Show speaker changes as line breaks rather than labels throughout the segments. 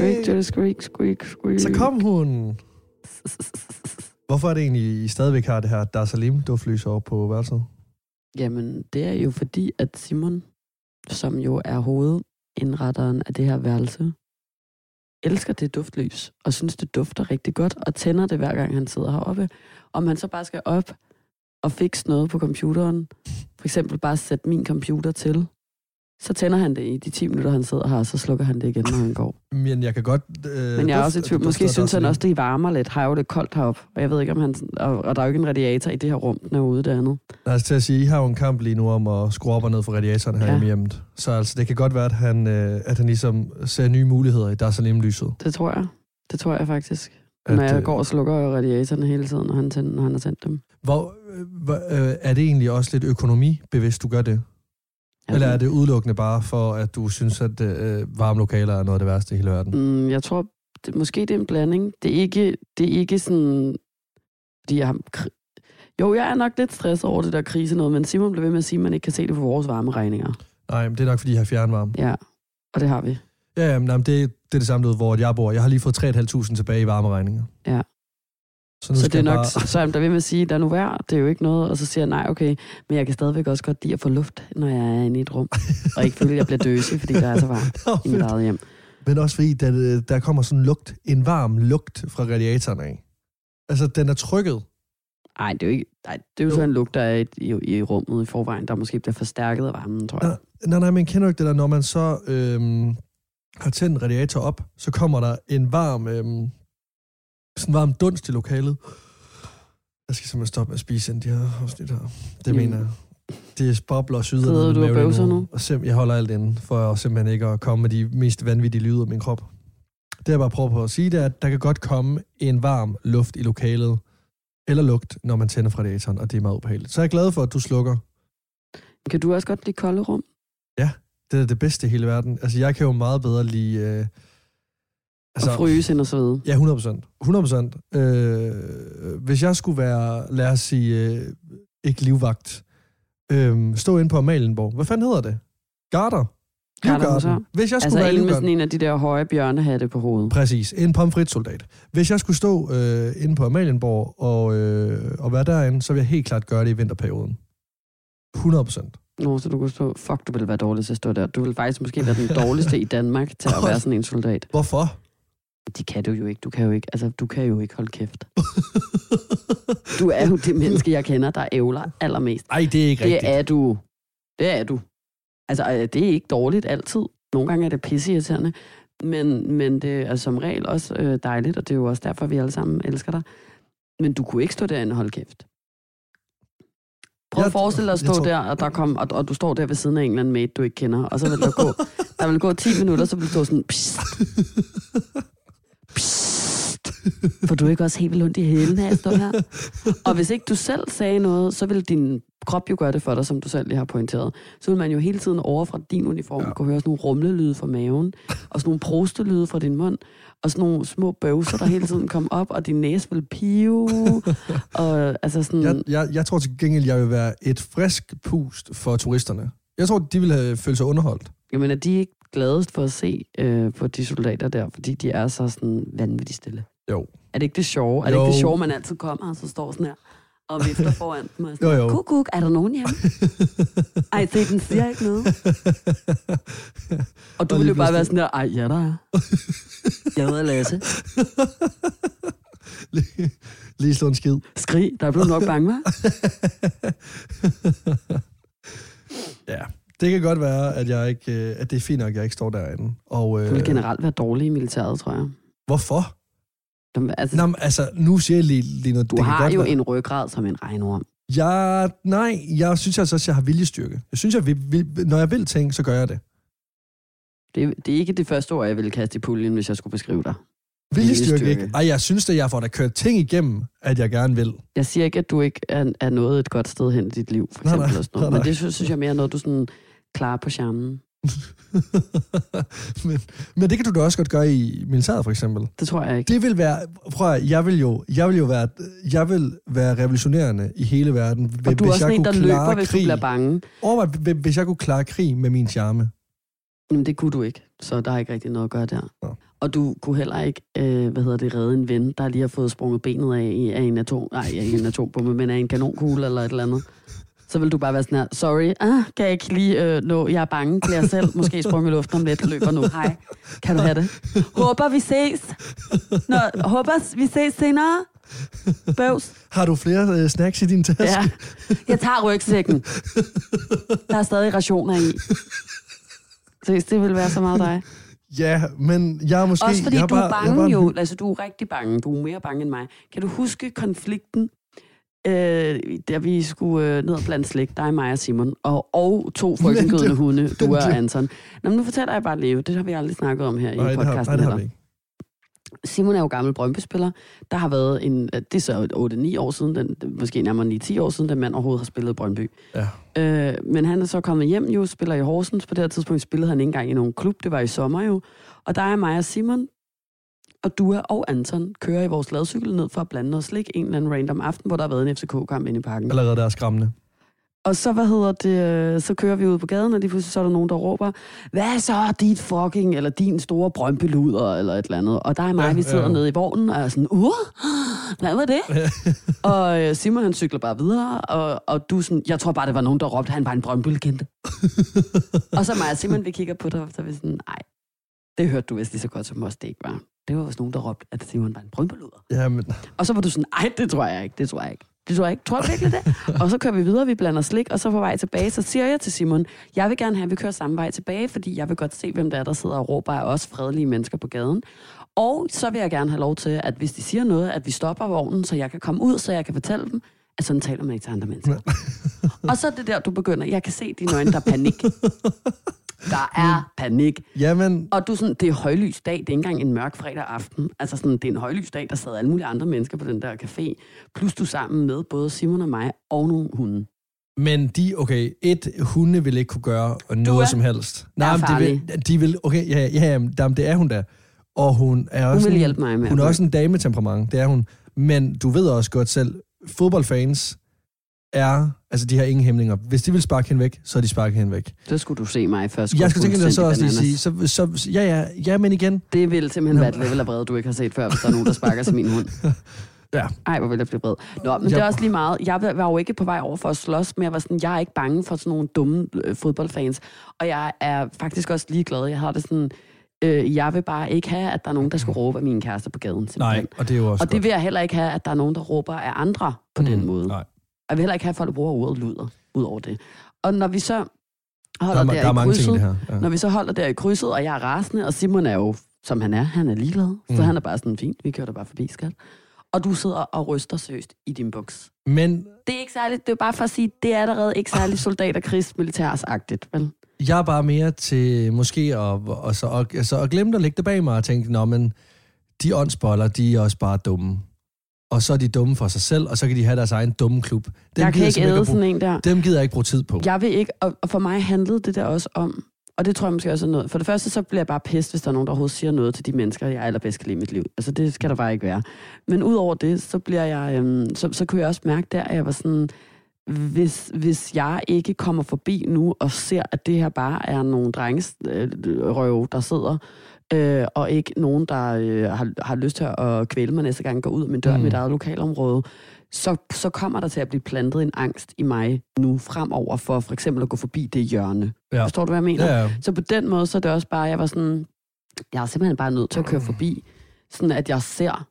Little squeak, squeak, squeak.
Så kom hun. Hvorfor er det egentlig, I stadigvæk har det her Darsalim duftlys over på værelset?
Jamen, det er jo fordi, at Simon, som jo er hovedindretteren af det her værelse, elsker det duftlys, og synes, det dufter rigtig godt, og tænder det hver gang, han sidder heroppe. Om man så bare skal op og fikse noget på computeren, for eksempel bare sætte min computer til, så tænder han det i de 10 minutter, han sidder her, og så slukker han det igen, når han går.
Men jeg kan godt... Øh,
Men jeg er
dufte,
også i
at det
tvivl. Måske
dufter af
synes han
Darsalim.
også, det varmer lidt. Har jo lidt koldt heroppe. Og jeg ved ikke, om han... Og, og der er jo ikke en radiator i det her rum, den er ude det andet.
Lad os Altså, til at sige, I har jo en kamp lige nu om at skrue op og ned for radiatoren her
Ja.
ja. i hjemmet. Så altså, det kan godt være, at han, øh, at han ligesom ser nye muligheder i Darsalim-lyset.
Det tror jeg. Det tror jeg faktisk.
At,
Når jeg
øh,
går og slukker radiatorerne hele tiden, når han, tænd, når han har tændt dem.
Hvor, øh, hvor, øh, er det egentlig også lidt økonomibevidst, du gør det?
Ja,
Eller er det udelukkende bare for, at du synes, at øh, varme lokaler er noget af det værste i hele verden?
Mm, jeg tror, det, måske det er en blanding. Det er ikke, det er ikke sådan... Fordi jeg har, kri- jo, jeg er nok lidt stresset over det der krise noget, men Simon blev ved med at sige, at man ikke kan se det på vores varmeregninger.
Nej, men det er nok, fordi jeg har fjernvarme.
Ja, og det har vi.
Ja, jamen, nej, men det, det er det samme ud, hvor jeg bor. Jeg har lige fået 3.500 tilbage i varmeregninger.
Ja.
Så nu
Så
skal
det er
jeg
nok,
bare...
så er han der ved med at sige, der er nu vejr, det er jo ikke noget, og så siger jeg, nej, okay, men jeg kan stadigvæk også godt lide at få luft, når jeg er inde i et rum, og ikke føle, at jeg bliver døsig, fordi der er så varmt
Nå,
i mit
fedt.
eget hjem.
Men også fordi, der, der kommer sådan en lugt, en varm lugt fra radiatoren af. Altså, den er trykket.
Nej, det er jo ikke, nej, det er jo,
Jo.
jo. sådan en lugt, der er i, i, i rummet i forvejen, der måske bliver forstærket af varmen, tror jeg.
Ja. Nej, nej, men kender du ikke det der, når man så øhm, har tændt en radiator op, så kommer der en varm, øhm, sådan en varm dunst i lokalet. Jeg skal simpelthen stoppe med at spise ind de her afsnit her. Det
Mm.
mm. mener jeg. Det er bobler og syder.
Sidder
ned i
du og
maven lige
bøvser nu?
Og sim- jeg holder alt inde, for simpelthen ikke at komme med de mest vanvittige lyde af min krop. Det jeg bare prøver på at sige, det er, at der kan godt komme en varm luft i lokalet, eller lugt, når man tænder for radiatoren, og det er meget ubehageligt. Så jeg er glad for, at du slukker
Kan du også godt lide kolde rum?
Det er det bedste i hele verden. Altså, jeg kan jo meget bedre lide... Øh,
Altså, og fryse ind og så videre.
Ja, 100 procent. 100 procent. Øh, hvis jeg skulle være, lad os sige, øh, ikke livvagt, øh, stå inde på Amalienborg. Hvad fanden hedder det? Garter?
Gardermuseum.
Livgarden. Hvis jeg
Altså
skulle være
en med sådan
livgarden.
en af de der høje bjørnehatte på hovedet.
Præcis, en pomfritsoldat. Hvis jeg skulle stå øh, inde på Amalienborg og, øh, og være derinde, så ville jeg helt klart gøre det i vinterperioden. 100 procent.
Nå, så du kunne stå, fuck, du ville være dårlig til at stå der. Du ville faktisk måske være den dårligste i Danmark til at være sådan en soldat.
Hvorfor?
Det kan du jo ikke. Du kan jo ikke, altså, du kan jo ikke holde kæft. Du er jo det menneske, jeg kender, der ævler allermest.
Ej, det er ikke rigtigt.
Det er du. Det er du. Altså, øh, det er ikke dårligt altid. Nogle gange er det pisseirriterende, men, men det er som regel også øh, dejligt, og det er jo også derfor, vi alle sammen elsker dig. Men du kunne ikke stå derinde og holde kæft. Prøv at
Jeg-
forestille dig at
jeg
stå
tror-
der, og, der kom, og, og du står der ved siden af en eller anden mate, du ikke kender, og så vil der gå, der vil gå 10 minutter, så vil du stå sådan, psst, psst, for du er ikke også helt vildt ondt i hælen af at stå her. Og hvis ikke du selv sagde noget, så vil din krop jo gøre det for dig, som du selv lige har pointeret. Så vil man jo hele tiden over fra din uniform ja. kunne høre sådan nogle rumlelyde fra maven, og sådan nogle prostelyde fra din mund, og sådan nogle små bøvser, der hele tiden kom op, og din næse vil pive, og altså sådan...
Jeg, jeg, jeg tror til gengæld, jeg vil være et frisk pust for turisterne. Jeg tror, de vil have følt sig underholdt.
Jamen, er de ikke gladest for at se øh, på de soldater der, fordi de er så sådan vanvittigt stille?
Jo.
Er det ikke det sjove? Er det ikke det
Jo.
sjove, man altid kommer og så står sådan her og vifter foran dem og
Jo,
sådan,
jo.
kuk, kuk, er der nogen hjemme? Ej, se, den siger ikke noget. Og du
Og
vil jo
lige
bare være
pludselig-
sådan der, ej, ja, der er. Jeg hedder Lasse.
lige, lige slå en skid.
Skrig, der er blevet nok bange, hva'?
ja, det kan godt være, at, jeg ikke, øh, at det er fint nok, at jeg ikke står derinde. Og, øh,
Du vil generelt være dårlig i militæret, tror jeg.
hvorfor?
Som- Altså,
Nå, men, altså, nu siger jeg lige, lige noget.
du
det kan
har
godt
jo
være.
en ryggrad som en regnorm.
Jeg, nej, jeg synes altså også, at jeg har viljestyrke. Jeg synes, jeg vil, vil, når jeg vil ting, så gør jeg det.
Det, det er ikke det første ord, jeg ville kaste i puljen, hvis jeg skulle beskrive dig.
Viljestyrke,
Viljestyrke.
viljestyrke. ikke? Ej, jeg synes, at jeg får da kørt ting igennem, at jeg gerne vil.
Jeg siger ikke, at du ikke er, er nået et godt sted hen i dit liv, for
Nej,
eksempel. Nej,
nej,
og sådan noget.
nej,
Men det synes, synes jeg mere er noget, du sådan klarer på charmen.
men, men det kan du da også godt gøre i militæret, for eksempel.
Det tror jeg ikke.
Det vil være, prøv at, høre, jeg vil jo, jeg vil jo være, jeg vil være revolutionerende i hele verden,
Det, og du er også sådan en, der løber, hvis du
krig.
bliver bange.
Overvej, hv- hvis jeg kunne klare krig med min charme.
Jamen, det kunne du ikke, så der er ikke rigtig noget at gøre der.
Nå.
Og Og du kunne heller ikke, øh, hvad hedder det, redde en ven, der lige har fået sprunget benet af, i- af en atom, nej, ikke en atombombe, men af en kanonkugle eller et eller andet. Så vil du bare være sådan her, sorry, ah, kan jeg ikke lige øh, nå, jeg er bange, bliver jeg selv måske sprunget i luften om lidt, løber nu, hej, kan du have det? Håber vi ses. Nå, håber vi ses senere. Bøvs.
Har du flere øh, snacks i din taske?
Ja. Jeg tager rygsækken. Der er stadig rationer i. Så det vil være så meget dig.
ja men jeg er Mm. måske...
Også fordi
jeg
du er
jeg
bange
en-
jo. Altså, du er rigtig bange. Du er mere bange end mig. Kan du huske konflikten, øh, da vi skulle øh, ned og blande slik, dig, mig og Simon, og, og to frygtindgødende
det-
hunde, du
men
og
det-
Anton. Nå, men nu fortæller jeg bare leve. Det har vi aldrig snakket om her
Nej,
i
det har, nej,
podcasten.
det har
heller.
vi ikke.
Simon er jo gammel Brøndby-spiller. Der har været en, øh, det er så 8-9 år siden, den, måske nærmere 9-10 år siden, den mand overhovedet har spillet i Brøndby.
Ja.
Øh, men han er så kommet hjem jo, spiller i Horsens. På det her tidspunkt spillede han ikke engang i nogen klub. Det var i sommer jo. Og der er mig og Simon, og Dua og Anton kører i vores ladcykel ned for at blande noget slik en eller anden random aften, hvor der har været en FCK-kamp inde i parken.
Allerede der er skræmmende.
Og så, hvad hedder det, øh, så kører vi ud på gaden, og lige pludselig så er der nogen, der råber, hvad så, dit fucking, eller din store brømpeluder, eller et eller andet. Og der er mig,
Ja,
ja, vi sidder
ja.
ja. nede i vognen, og er sådan, uh, hvad var det?
Ja.
og øh, Simon, han cykler bare videre, og, og du er sådan, jeg tror bare, det var nogen, der råbte, han var en brømpelegende. og så mig og Simon, vi kigger på dig, og så er vi sådan, nej, det hørte du vist lige så godt som os, det ikke var. Det var også nogen, der råbte, at Simon var en brømpeluder.
ja, men
Og så var du sådan, ej, det tror jeg ikke, det tror jeg ikke. Det tror jeg ikke. Tror du virkelig det? og så kører vi videre, vi blander slik, og så på vej tilbage, så siger jeg til Simon, jeg vil gerne have, at vi kører samme vej tilbage, fordi jeg vil godt se, hvem der er, der sidder og råber af os fredelige mennesker på gaden. Og så vil jeg gerne have lov til, at hvis de siger noget, at vi stopper vognen, så jeg kan komme ud, så jeg kan fortælle dem, at sådan taler man ikke til andre mennesker. og så er det der, du begynder. Jeg kan se i dine øjne, der er panik. Der er panik.
Jamen,
Og du er sådan, det er højlys dag, det er ikke engang en mørk fredag aften. Altså sådan, det er en højlys dag, der sad alle mulige andre mennesker på den der café. Plus du er sammen med både Simon og mig og nogle hunde.
men de, okay, et hunde vil ikke kunne gøre noget
er-
som helst.
er
men de vil, de vil, okay, ja, ja, jamen, jamen, det er hun da. Og hun er
Hun
også,
ville
en-
hjælpe mig med.
hun er
at-
også en dametemperament, det er hun. Men du ved også godt selv, fodboldfans er, altså de har ingen hæmninger. Hvis de vil sparke hende væk, så er de sparket hende væk.
Så skulle du se mig først. gå
Jeg skulle tænke, at så
fuldstændig
også lige sige,
bananas.
så, så, ja, ja, ja, men igen,
Det ville simpelthen være et level af vrede, du ikke har set før, hvis der er nogen, der sparker til min hund.
Ja.
Ej, hvor vil jeg blive vred. Nå, men det
Jeg-
er også lige meget. Jeg var var jo ikke på vej over for at slås, men jeg var sådan, jeg er ikke bange for sådan nogle dumme øh, fodboldfans. Og jeg er faktisk også ligeglad. Jeg har det sådan, øh, jeg vil bare ikke have, at der er nogen, der skal råbe af min kæreste på gaden. Simpelthen.
Mm-hmm. nej, og det er jo også
Og det vil jeg heller ikke have, at der er nogen, der råber af andre på mm,
godt.
den måde.
Nej,
Og jeg vil heller ikke have, at folk bruger ordet luder ud over det. Og når vi så
der
holder
er,
der,
ma- der er
i
mange ting i
krydset,
det her. Ja.
når vi så holder der i krydset, og jeg er rasende, og Simon er jo, som han er, han er ligeglad. Mm.
Mm.
Så han er bare sådan, fint, vi kører da bare forbi, skat. Og du sidder og ryster seriøst i din buks.
Men
Det er ikke særligt, det er bare for at sige, det er allerede ikke
Ah.
særlig soldaterkrigs militærsagtigt, vel?
Jeg er bare mere til måske at, og så, og, altså, at glemme at lægge det bag mig og tænke, nå, men de åndsboller, de er også bare dumme. Og så er de dumme for sig selv, og så kan de have deres egen dumme klub. Dem
jeg kan
gider
ikke
simpelthen
æde
at bruge,
sådan en der.
Dem gider jeg ikke bruge tid på.
Jeg vil ikke, og og for mig handlede det der også om, og det tror jeg måske også er noget. For det første, så bliver jeg bare pissed, hvis der er nogen, der overhovedet siger noget til de mennesker, jeg allerbedst kan lide i mit liv. Altså, det skal der bare ikke være. Men udover det, så bliver jeg, øhm, så, så kunne jeg også mærke der, at jeg var sådan, hvis, hvis jeg ikke kommer forbi nu og ser, at det her bare er nogle drenges øh, røv, der sidder, øh, og ikke nogen, der øh, har, har lyst til at kvæle mig næste gang, går ud af min dør mm. i
Mm.
mit eget lokalområde, så, så kommer der til at blive plantet en angst i mig nu fremover for for eksempel at gå forbi det hjørne.
Ja.
Ja. Forstår du, hvad jeg mener?
Ja, ja.
Så på den måde, så er det også bare, jeg var sådan, jeg er simpelthen bare nødt til at køre forbi, sådan at jeg ser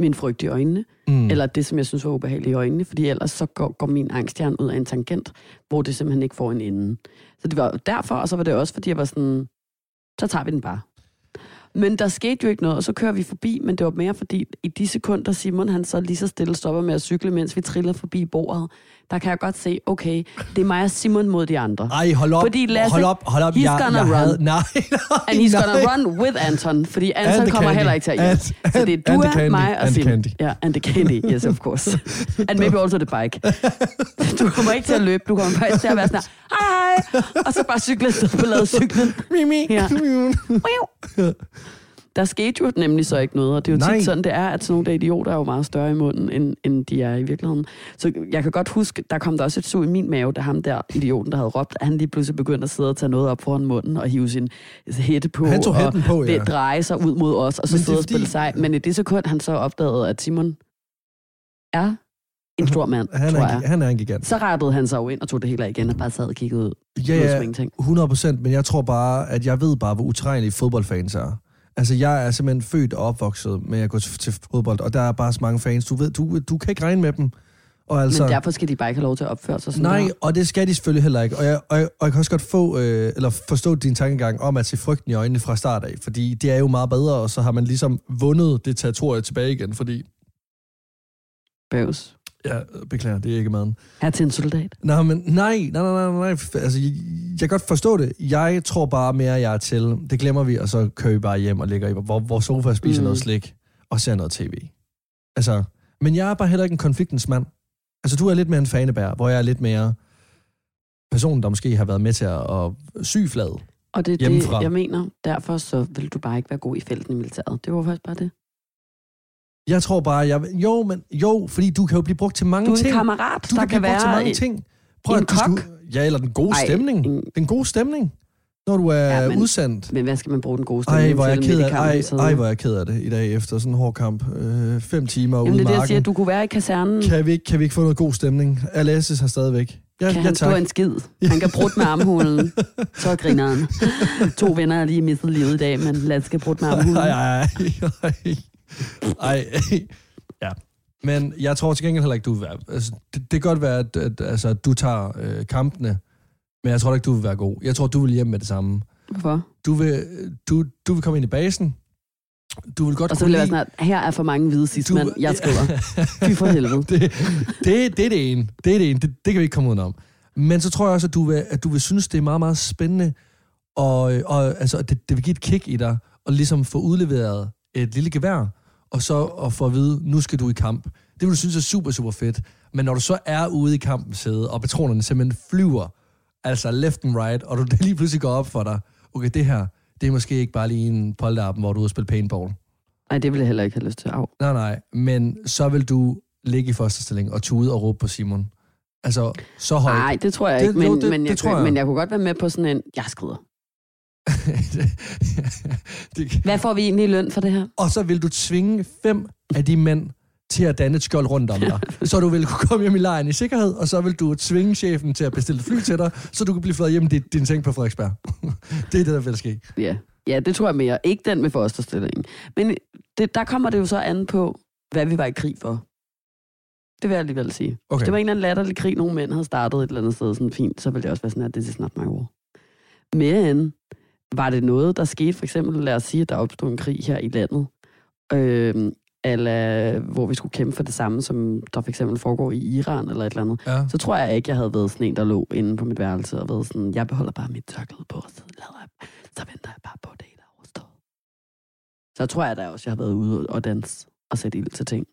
min frygt i øjnene,
Mm.
mm. eller det, som jeg synes var ubehageligt i øjnene, fordi ellers så går, går min angsthjerne ud af en tangent, hvor det simpelthen ikke får en ende. Så det var derfor, og så var det også, fordi jeg var sådan, så tager vi den bare. Men der skete jo ikke noget, og så kører vi forbi, men det var mere fordi, i de sekunder, Simon han så lige så stille stopper med at cykle, mens vi triller forbi bordet, der kan jeg godt se, okay, det er mig og Simon mod de andre.
Ej, hold op,
Fordi Lasse,
hold op, hold op.
he's gonna
jeg
run.
Havde, nej, nej,
And he's gonna
nej.
run with Anton, fordi Anton
And the
kommer
candy.
heller ikke til at hjælpe.
And-
Så Altså, det
and
er du,
the candy.
mig og
And the
Sim.
candy.
Ja, and the candy, yes of course. And maybe also the bike. Du kommer ikke til at løbe, du kommer bare til at være sådan her, hej hej, og så bare cykle afsted på lavet cyklen.
Mimi.
Ja.
Mimi.
Miau. Der skete jo nemlig så ikke noget, og det er jo
Nej.
tit sådan, det er, at sådan nogle der idioter er jo meget større i munden, end, end de er i virkeligheden. Så jeg kan godt huske, der kom der også et sug i min mave, da ham der idioten, der havde råbt, at han lige pludselig begyndte at sidde og tage noget op foran munden og hive sin hætte på.
Han tog
og
hætten på, ja.
det dreje sig ud mod os, og så
Men det er
sidde og
fordi-
spille sej. Men i det sekund, han så opdagede, at Simon er en stor mand,
Han
tror
er, en,
jeg.
gi- han er en gigant.
Så rettede han sig jo ind og tog det hele af igen, og bare sad og kiggede ud.
Ja,
Noget som
ja,
ingenting.
100 procent, men jeg tror bare, at jeg ved bare, hvor utrænlige fodboldfans er. Altså, jeg er simpelthen født og opvokset med at gå til, til fodbold, og der er bare så mange fans. Du ved, du, du kan ikke regne med dem. Og altså,
Men derfor skal de bare ikke have lov til at opføre sig sådan
Nej,
der.
og det skal de selvfølgelig heller ikke. Og jeg, og jeg, og jeg kan også godt få, øh, eller forstå din tankegang om at se frygten i øjnene fra start af, fordi det er jo meget bedre, og så har man ligesom vundet det territorie tilbage igen, fordi,
Bøvs.
ja, beklager, det er ikke maden.
Her til en soldat.
Nej, men nej, nej, nej, nej, nej. f- Altså, jeg, jeg kan godt forstå det. Jeg tror bare mere, jeg er til. Det glemmer vi, og så kører vi bare hjem og ligger i vores, vores sofa og spiser
Mm.
mm. noget slik og ser noget tv. Altså, men jeg er bare heller ikke en konfliktens mand. Altså, du er lidt mere en fanebær, hvor jeg er lidt mere personen, der måske har været med til at, at sy flad.
Og det er
Hjemmefra.
det, jeg mener. Derfor så vil du bare ikke være god i felten i militæret. Det var faktisk bare det.
Jeg tror bare, jeg... Jo, men, jo, fordi du kan jo blive brugt til mange
Du er en
ting.
kammerat,
du
der
kan blive
kan
brugt til
være...
mange ting. Prøv
en
at du
kok.
skulle- Ja, eller den gode
Ej,
stemning.
en-
Den gode stemning, når du er
Ja,
ja,
men-
udsendt.
Men hvad skal man bruge den gode stemning
Ej, hvor er jeg
til
ked
midt i
af,
kampen,
ej,
så-
ej, hvor er jeg ked af det i dag efter sådan en hård kamp. Øh, fem timer
Jamen,
ude
det er
i
det, jeg
marken.
siger. Du kunne være i kasernen.
kan, vi ikke, kan vi ikke få noget god stemning? Alessis har stadigvæk. Ja,
Kan
ja,
han
tak.
slå en skid? Han kan brudt med armhulen. Så griner han. To venner har lige mistet livet i dag, men lad os skal brudt med armhulen.
Ej, ej, ej, ej. ej. Ja. Men jeg tror til gengæld heller ikke, du vil være... Altså, det, det kan godt være, at, at altså, at du tager øh, kampene, men jeg tror da ikke, du vil være god. Jeg tror, du vil hjem med det samme.
Hvorfor?
Du vil, øh, du, du vil komme ind i basen. Du vil godt
Og så vil
kunne
jeg være
lide-
sådan, at her er for mange hvide sidstmænd.
Du-
Jeg skriver. Fy for helvede.
det, det, det er det ene. Det er det ene. Det, det kan vi ikke komme udenom. Men så tror jeg også, at du vil, at du vil synes, det er meget, meget spændende, og, og altså, at det, det vil give et kick i dig, og ligesom få udleveret et lille gevær, og så og få at vide, nu skal du i kamp. Det vil du synes er super, super fedt. Men når du så er ude i kampen sæde, og patronerne simpelthen flyver, altså left and right, og du det lige pludselig går op for dig, okay, det her, det er måske ikke bare lige en polterappen, hvor du er ude og spille paintball.
Nej, det ville jeg heller ikke have lyst til. Au.
Nej, nej, men så vil du ligge i fosterstilling og tude og råbe på Simon. Altså, så højt.
Nej, det tror jeg
Det-
ikke, men,
jo, det-
men,
det
jeg,
tror jeg.
men jeg kunne godt være med på sådan en, jeg skrider.
det,
Hvad får vi egentlig i løn for det her?
og så vil du tvinge fem af de mænd til at danne et skjold rundt om dig. Så du vil kunne komme hjem i lejren i sikkerhed, og så vil du tvinge chefen til at bestille et fly til dig, så du kan blive fløjet hjem i din, din seng på Frederiksberg. det er det, der vil ske.
Ja. ja, det tror jeg mere. Ikke den med fosterstillingen. Men det, der kommer det jo så an på, hvad vi var i krig for. Det vil jeg alligevel sige. Okay.
Okay.
Det var en eller anden latterlig krig, nogle mænd havde startet et eller andet sted sådan fint, så ville det også være sådan, at det er snart mange år. Men var det noget, der skete, for eksempel lad os sige, at der opstod en krig her i landet, øh, eller hvor vi skulle kæmpe for det samme, som der for eksempel foregår i Iran eller et eller andet,
Ja.
så tror jeg ikke, jeg havde været sådan en, der lå inde på mit værelse og været sådan, jeg beholder bare mit tørklæde på, og så, lader jeg, så venter jeg bare på det, der overstår. Så tror jeg da også, jeg har været ude og danse og sætte ild til ting.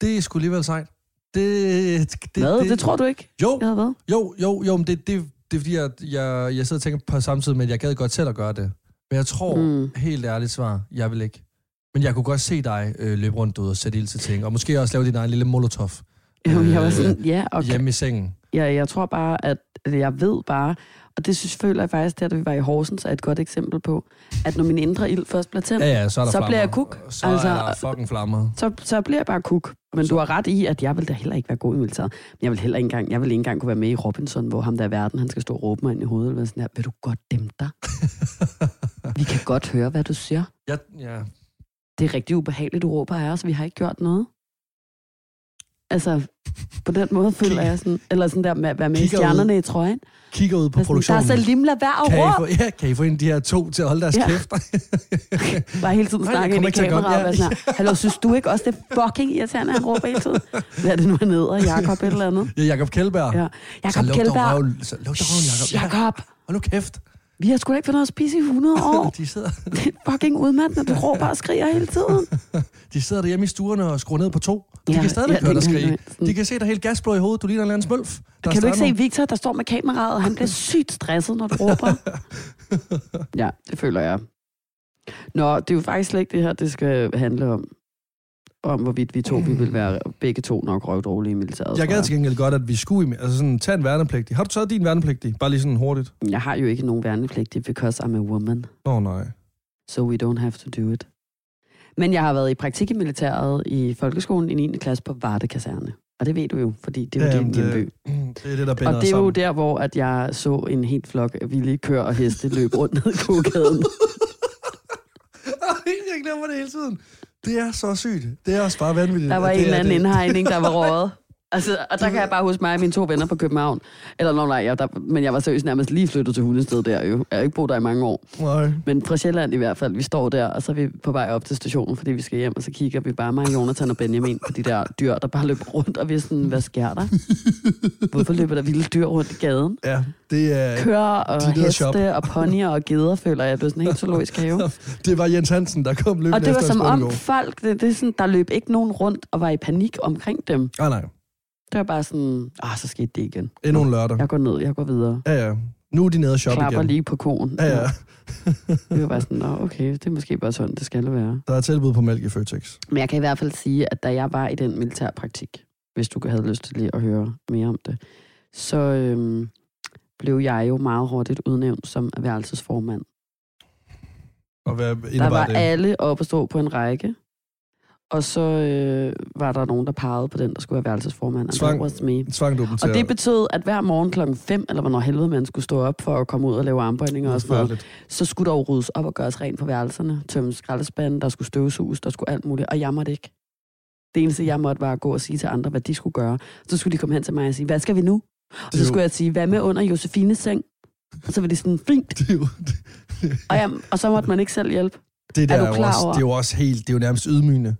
Det er sgu alligevel sejt. Det,
Det, Hvad? Det, det tror du ikke,
Jo,
jeg havde været?
Jo, jo, jo, men det, det, det er fordi, jeg, jeg, jeg sidder og tænker på samtidig med, at jeg gad godt selv at gøre det. Men jeg tror, mm.
Mm.
helt ærligt svar, jeg vil ikke. Men jeg kunne godt se dig øh, løbe rundt ud og sætte ild til ting, og måske også lave din egen lille molotov
Jo, jeg var
Øh,
sådan, ja,
okay.
okay.
hjemme i sengen.
Jeg, jeg tror bare, at eller jeg ved bare, og det synes føler jeg faktisk, det at vi var i Horsens, er et godt eksempel på, at når min indre ild først bliver tændt,
Ja, ja, så er der
Så
flammer.
bliver jeg kuk.
Så
Altså-
altså, er der fucking flammer.
så, så bliver jeg bare kuk. Men du har ret i, at jeg vil da heller ikke være god i militæret. Men jeg vil heller ikke engang, jeg vil ikke engang kunne være med i Robinson, hvor ham der i verden, han skal stå og råbe mig ind i hovedet, eller være sådan her, vil du godt dæmpe dig? Vi kan godt høre, hvad du siger.
Jeg, ja.
Det er rigtig ubehageligt, du råber af os, vi har ikke gjort noget. Altså, på den måde føler jeg sådan, eller sådan der med at være med i
Kigger ud
stjernerne i trøjen.
Kigger ud på
Sådan, Der er
produktionen.
så limla hver og
kan, I
råb.
få, ja, kan I få en af de her to til at holde deres
Ja.
ja. kæft?
Bare hele tiden snakke
Nej, jeg
ind
kommer
i
ikke til at gå op.
kameraet og
Ja.
være sådan her, Hallo, synes du ikke også, det er fucking irriterende, at han råber hele tiden? Hvad er det nu, han hedder? Jakob et eller andet?
ja, Jakob Kjeldberg.
Ja. Jakob
så lugter
Kjeldberg.
røven, så lugter røven, Jakob.
Shh,
Ja,
Jakob,
hold nu kæft.
vi har sgu da ikke fået noget at spise i 100 år.
De sidder...
Det er fucking udmattende, du råber og skriger hele tiden.
De sidder derhjemme i stuerne og skruer ned på to. De
Ja,
ja, kan stadigvæk
ja,
ja, høre dig
det kan
skrige.
jeg godt.
De kan se dig helt gasblå i hovedet. Du ligner en eller anden smølf. der
Mm. Kan du ikke
strander.
se Victor, der står med kameraet, og han bliver sygt stresset, når du råber? Ja, det føler jeg. Nå, det er jo faktisk slet ikke det her, det skal handle om. Om hvorvidt vi to vi vil være begge to nok røvdrolige i militæret.
Jeg
tror
gad til gengæld godt, at vi skulle i, altså sådan, tage en værnepligtig. Har du taget din værnepligtig? Bare lige sådan hurtigt.
jeg har jo ikke nogen værnepligtig, because I'm a woman.
Nå oh, nej.
So we don't have to do it. Men jeg har været i praktik i militæret i folkeskolen i 9. klasse på Varde Kaserne. Og det ved du jo, fordi det er jo
Jamen,
din hjemby.
Det er det, der binder
Og det er
os
jo
sammen.
der, hvor at jeg så en helt flok af vilde køer og heste løbe rundt ned i kogaden.
Ej, jeg glemmer det hele tiden. Det er så sygt. Det er også bare vanvittigt.
Der var
at
en
Mm, det
eller
er
anden
det.
indhegning, der var røget. Altså, og der kan jeg bare huske mig og mine to venner fra København. Eller no, nej, jeg, der, men jeg var seriøst nærmest lige flyttet til Hundested der jo. Jeg har ikke boet der i mange år.
Nej.
Men fra Sjælland i hvert fald, vi står der, og så er vi på vej op til stationen, fordi vi skal hjem, og så kigger vi bare mig, Jonathan og Benjamin på de der dyr, der bare løber rundt, og vi er sådan, hvad sker der? Hvorfor løber der vilde dyr rundt i gaden?
Ja, det er...
Kører og
De
heste
leder shop.
og ponyer og geder, føler jeg. Det var sådan en helt zoologisk have.
Det var Jens Hansen, der kom løbende
Og det var
efter
som
en
om
skolegård.
folk, det, det er sådan, der løb ikke nogen rundt og var i panik omkring dem.
Ah, nej.
Det var bare sådan, ah, så skete det igen.
Endnu en lørdag.
Jeg går ned, jeg går videre.
Ja, ja. Nu er de nede og shoppe
Klapper
igen.
lige på koen.
Ja, ja.
Det var bare sådan, Nå, okay, det er måske bare sådan, det skal være.
Der er tilbud på mælk i Føtex.
Men jeg kan i hvert fald sige, at da jeg var i den militærpraktik, hvis du havde lyst til lige at høre mere om det, så øhm, blev jeg jo meget hurtigt udnævnt som erhvervelsesformand.
Og hvad
Der
indebar
var
det?
alle oppe at stå på en række, og så øh, var der nogen, der pegede på den, der skulle være værelsesformand. Og
Tvang-
that was me.
Tvang du dem til
Og det
at-
betød, at hver morgen klokken 5, eller hvornår helvede man skulle stå op for at komme ud og lave armbøjninger og sådan noget,
Forfærdeligt.
så skulle der jo ryddes op og gøres rent på værelserne, tømme skraldespanden, der skulle støvsuges, der skulle alt muligt, og jeg måtte ikke. Det eneste, jeg måtte, var at gå og sige til andre, hvad de skulle gøre. Så skulle de komme hen til mig og sige, hvad skal vi nu? Og
Det er
så
jo-
skulle jeg sige, hvad med under Josefines seng? Og så var det sådan, fint.
Det er jo, det,
Og, jeg, og så måtte man ikke selv hjælpe.
det der
du
er, jo
klar
også,
over-
det er jo også helt, det er jo nærmest ydmygende.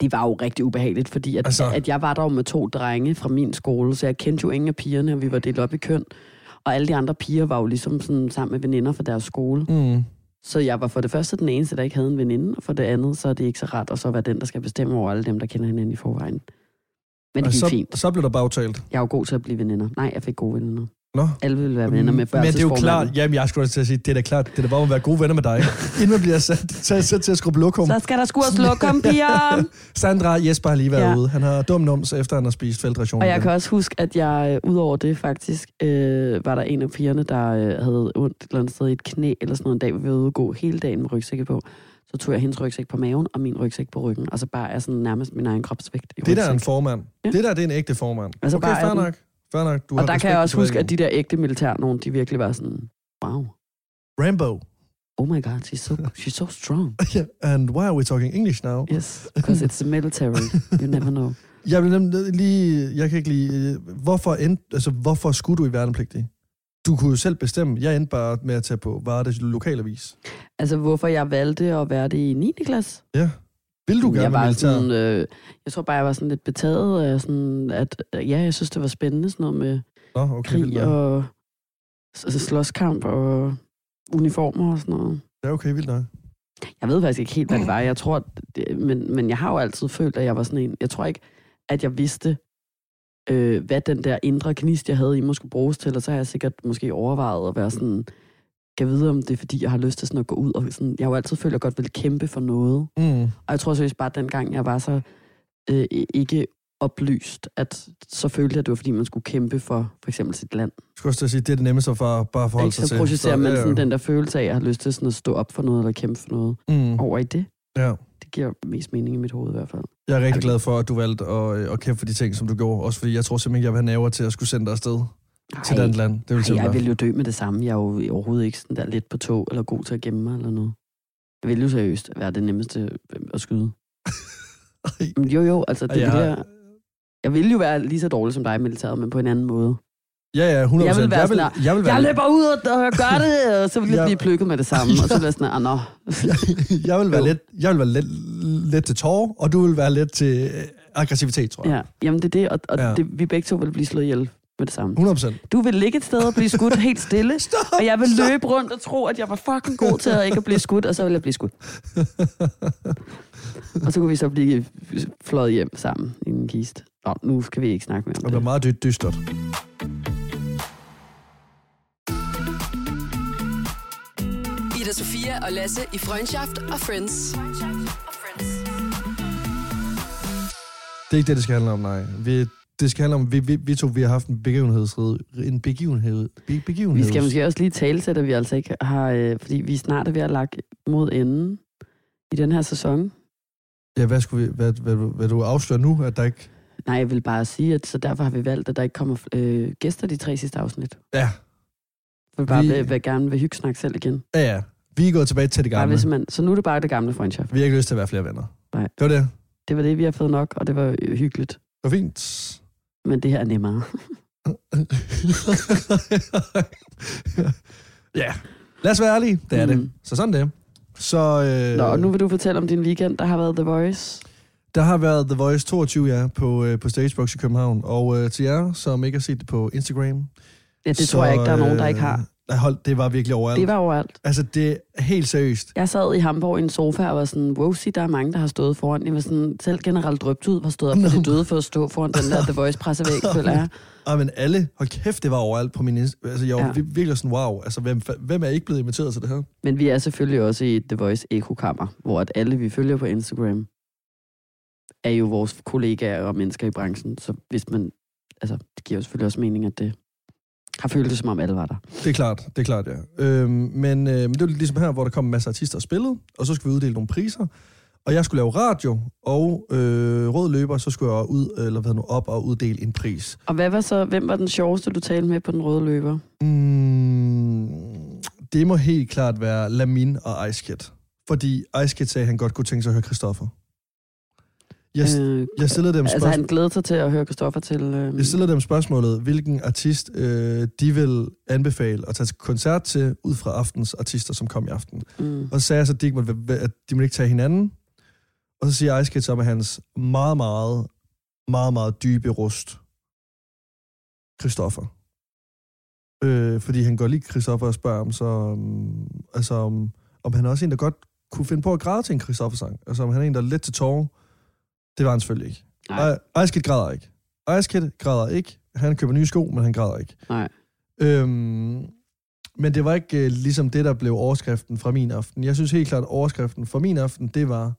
Det var jo rigtig ubehageligt, fordi at,
Altså-
altså... at jeg var der jo med to drenge fra min skole, så jeg kendte jo ingen af pigerne, og vi var delt op i køn. Og alle de andre piger var jo ligesom sådan, sammen med veninder fra deres skole.
Mm.
Så jeg var for det første den eneste, der ikke havde en veninde, og for det andet, så er det ikke så rart at så være den, der skal bestemme over alle dem, der kender hinanden i forvejen. Men det
Og
gik
så,
fint.
så blev der bagtalt.
Jeg er jo god til at blive veninder. Nej, jeg fik gode veninder.
Nå.
Alle ville være venner med
Men det er jo klart,
børnsesformanden.
jamen jeg skulle også til at sige, det er da klart, det er da bare at være gode venner med dig, inden man bliver sat, sat, sat til at skrubbe lokum.
Så skal der sgu også lukke om, piger!
Sandra Jesper har lige været ja.
Ja.
ude. Han har dum nums, efter han har spist feltrationen.
Og jeg kan også huske, at jeg øh, udover det faktisk, øh, var der en af pigerne, der øh, havde ondt et eller andet sted i et knæ, eller sådan noget en dag, hvor vi var ude at gå hele dagen med rygsække på. Så tog jeg hendes rygsæk på maven, og min rygsæk på ryggen, og så bare er sådan nærmest min egen kropsvægt i
Det der er en
rygsæk.
formand. Ja.
Ja.
Det der det er en ægte formand.
Altså
okay,
bare
fair
er den-
nok. Fair nok. Du har
Og der kan
respekt
jeg
for
også huske, at
begge.
de der ægte militær nogen, de virkelig var sådan, wow,
Rambo.
oh my god, she's so, she's so strong.
Yeah. And why are we talking English now?
Yes, because it's the military, you never know.
Jeg vil nemlig lige, jeg kan ikke lige, øh, hvorfor, end, altså, hvorfor skulle du i værnepligtig? Du kunne jo selv bestemme. Jeg endte bare med at tage på Varde lokalavis.
Altså, hvorfor jeg valgte at være det i 9. klasse?
Ja. Vil du gerne
jeg
være
var
militær?
sådan, øh, jeg tror bare, jeg var sådan lidt betaget af sådan, at øh, ja, jeg synes, det var spændende, sådan noget med
Nå, okay, vildt
krig
nok.
og s- altså, slåskamp og uniformer og sådan noget.
Ja, okay, vildt nok.
Jeg ved faktisk ikke helt, hvad det var. Jeg tror, det, men, men jeg har jo altid følt, at jeg var sådan en... Jeg tror ikke, at jeg vidste, øh, hvad den der indre gnist, jeg havde i mig, skulle bruges til. Og så har jeg sikkert måske overvejet at være sådan... Kan vide, om det er, fordi jeg har lyst til sådan at gå ud. Og sådan, jeg har jo altid følt, at jeg godt ville kæmpe for noget.
Mm.
Og jeg tror seriøst bare, at dengang jeg var så øh, ikke oplyst, at så følte jeg, at det var, fordi man skulle kæmpe for for eksempel sit land.
Jeg skulle også til at sige, det er det nemmeste for bare at forholde
Ikke? Så
sig til.
projicerer man
ja,
sådan den der følelse af, at jeg har lyst til sådan at stå op for noget eller kæmpe for noget
Mm.
over i det.
Ja.
Det giver mest mening i mit hoved i hvert fald.
Jeg er rigtig
Okay.
glad for, at du valgte at, øh, at kæmpe for de ting, som du gjorde. Også fordi jeg tror simpelthen ikke, jeg vil have naver til at skulle sende dig afsted til et andet land. Det vil
Ej, jeg
simpelthen
vil jo dø med det samme. Jeg er jo overhovedet ikke sådan der lidt på tog, eller god til at gemme mig, eller noget. Jeg vil jo seriøst være det nemmeste øh, at skyde.
Ej.
Men jo, jo, altså det
jeg,
ville
har-
jeg... Jeg ville jo være lige så dårlig som dig i militæret, men på en anden måde.
ja, ja, 100%.
Jeg vil være
jeg vil,
sådan
jeg vil være,
Jeg løber ud og, og gør det, og så vil jeg
Ja.
blive plukket med det samme. Og så bliver jeg sådan, ah, nå.
jeg vil være,
Jo.
let, jeg vil være let, let til tårer, og du vil være let til øh, aggressivitet, tror jeg.
Ja, jamen det er det, og, og
Ja.
ja. det, vi begge to vil blive slået ihjel med det samme.
100 procent.
Du vil ligge et sted og blive skudt helt stille, og jeg vil løbe rundt og tro, at jeg var fucking god til at ikke at blive skudt, og så vil jeg blive skudt. Og så kunne vi så blive fløjet hjem sammen i en kist. Nå, nu skal vi ikke snakke mere
Det
om
bliver
det.
meget dy- dystert.
I Ida Sofia og Lasse i Freundschaft og Friends.
Det er ikke det, det skal handle om, nej. Vi, det skal handle om, vi, vi, vi to vi har haft en begivenhedsrede. En begivenhed. Be, begivenhed.
Vi skal måske også lige tale til, at vi altså ikke har... Øh, fordi vi snart er ved at lagt mod enden i den her sæson.
Ja, hvad, skulle vi, hvad, hvad, hvad, hvad du afslører nu, at der ikke...
Nej, jeg vil bare sige, at så derfor har vi valgt, at der ikke kommer øh, gæster de tre sidste afsnit.
Ja,
For vi bare
Vi-
vil, vil gerne vil hygge snakke selv igen.
ja, ja. Vi er gået tilbage til det
Bare
gamle.
hvis man, så nu er det bare det gamle Freundschaft.
Vi har ikke lyst til at være flere venner.
Nej.
Det var det.
Det var det, vi har fået nok, og det var øh, hyggeligt.
Det var fint.
Men det her er nemmere.
ja. Lad os være ærlige. Det er mm.
Mm.
det. Så sådan det. Så øh,
Nå, og nu vil du fortælle om din weekend, der har været The Voice.
der har været The Voice 22, ja, på, øh, på Stagebox i København. Og øh, til jer, som ikke har set det på Instagram. øh,
Ja, det så, tror jeg ikke, der er nogen, der ikke har.
Nej, hold, det var virkelig overalt.
Det var overalt.
Altså, det er helt seriøst.
Jeg sad i Hamburg i en sofa og var sådan, wow, sig, der er mange, der har stået foran. Jeg var sådan, selv generelt drøbt ud, var stået op, no. det døde for at stå foran den der The Voice-pressevæg, føler jeg.
Og men alle, hold kæft, det var overalt på min Insta. Altså, jeg var
Ja.
ja. virkelig sådan, wow, altså, hvem, fa- hvem er ikke blevet inviteret til det her?
Men vi er selvfølgelig også i The Voice ekokammer, hvor at alle, vi følger på Instagram, er jo vores kollegaer og mennesker i branchen. Så hvis man, altså, det giver jo selvfølgelig også mening, at det har føltes som om alle var der.
Det er klart, det er klart, ja. Øhm, men, øh, men det var ligesom her, hvor der kom en masse artister og spillede, og så skulle vi uddele nogle priser. Og jeg skulle lave radio, og øh, rød løber, så skulle jeg ud, eller hvad nu, op og uddele en pris.
Og hvad var så, hvem var den sjoveste, du talte med på den røde løber?
Mm, det må helt klart være Lamin og Ice Kid. Fordi Ice Kid sagde, at han godt kunne tænke sig at høre Christoffer. Jeg,
øh,
jeg stillede dem
altså,
spørgsmål.
han glæder sig til at høre Kristoffer til... Øh,
Jeg stiller dem spørgsmålet, hvilken artist øh, de vil anbefale at tage til koncert til, ud fra aftens artister, som kom i aften.
mm.
Og så sagde jeg så, at de ikke måtte, væ- væ- at de måtte ikke tage hinanden. Og så siger Ice Kids om, at hans meget, meget, meget, meget dybe rust, Christoffer. Øh, fordi han går lige Christoffer og spørger om, så, um, altså, om, om han er også en, der godt kunne finde på at græde til en Christoffer-sang. Altså om han er en, der er let til tårer. Det var han selvfølgelig ikke.
Nej.
I- Ice Kid græder ikke. Ice Kid græder ikke. Han køber nye sko, men han græder ikke.
Nej.
Øhm, men det var ikke øh, ligesom det, der blev overskriften fra min aften. Jeg synes helt klart, at overskriften fra min aften, det var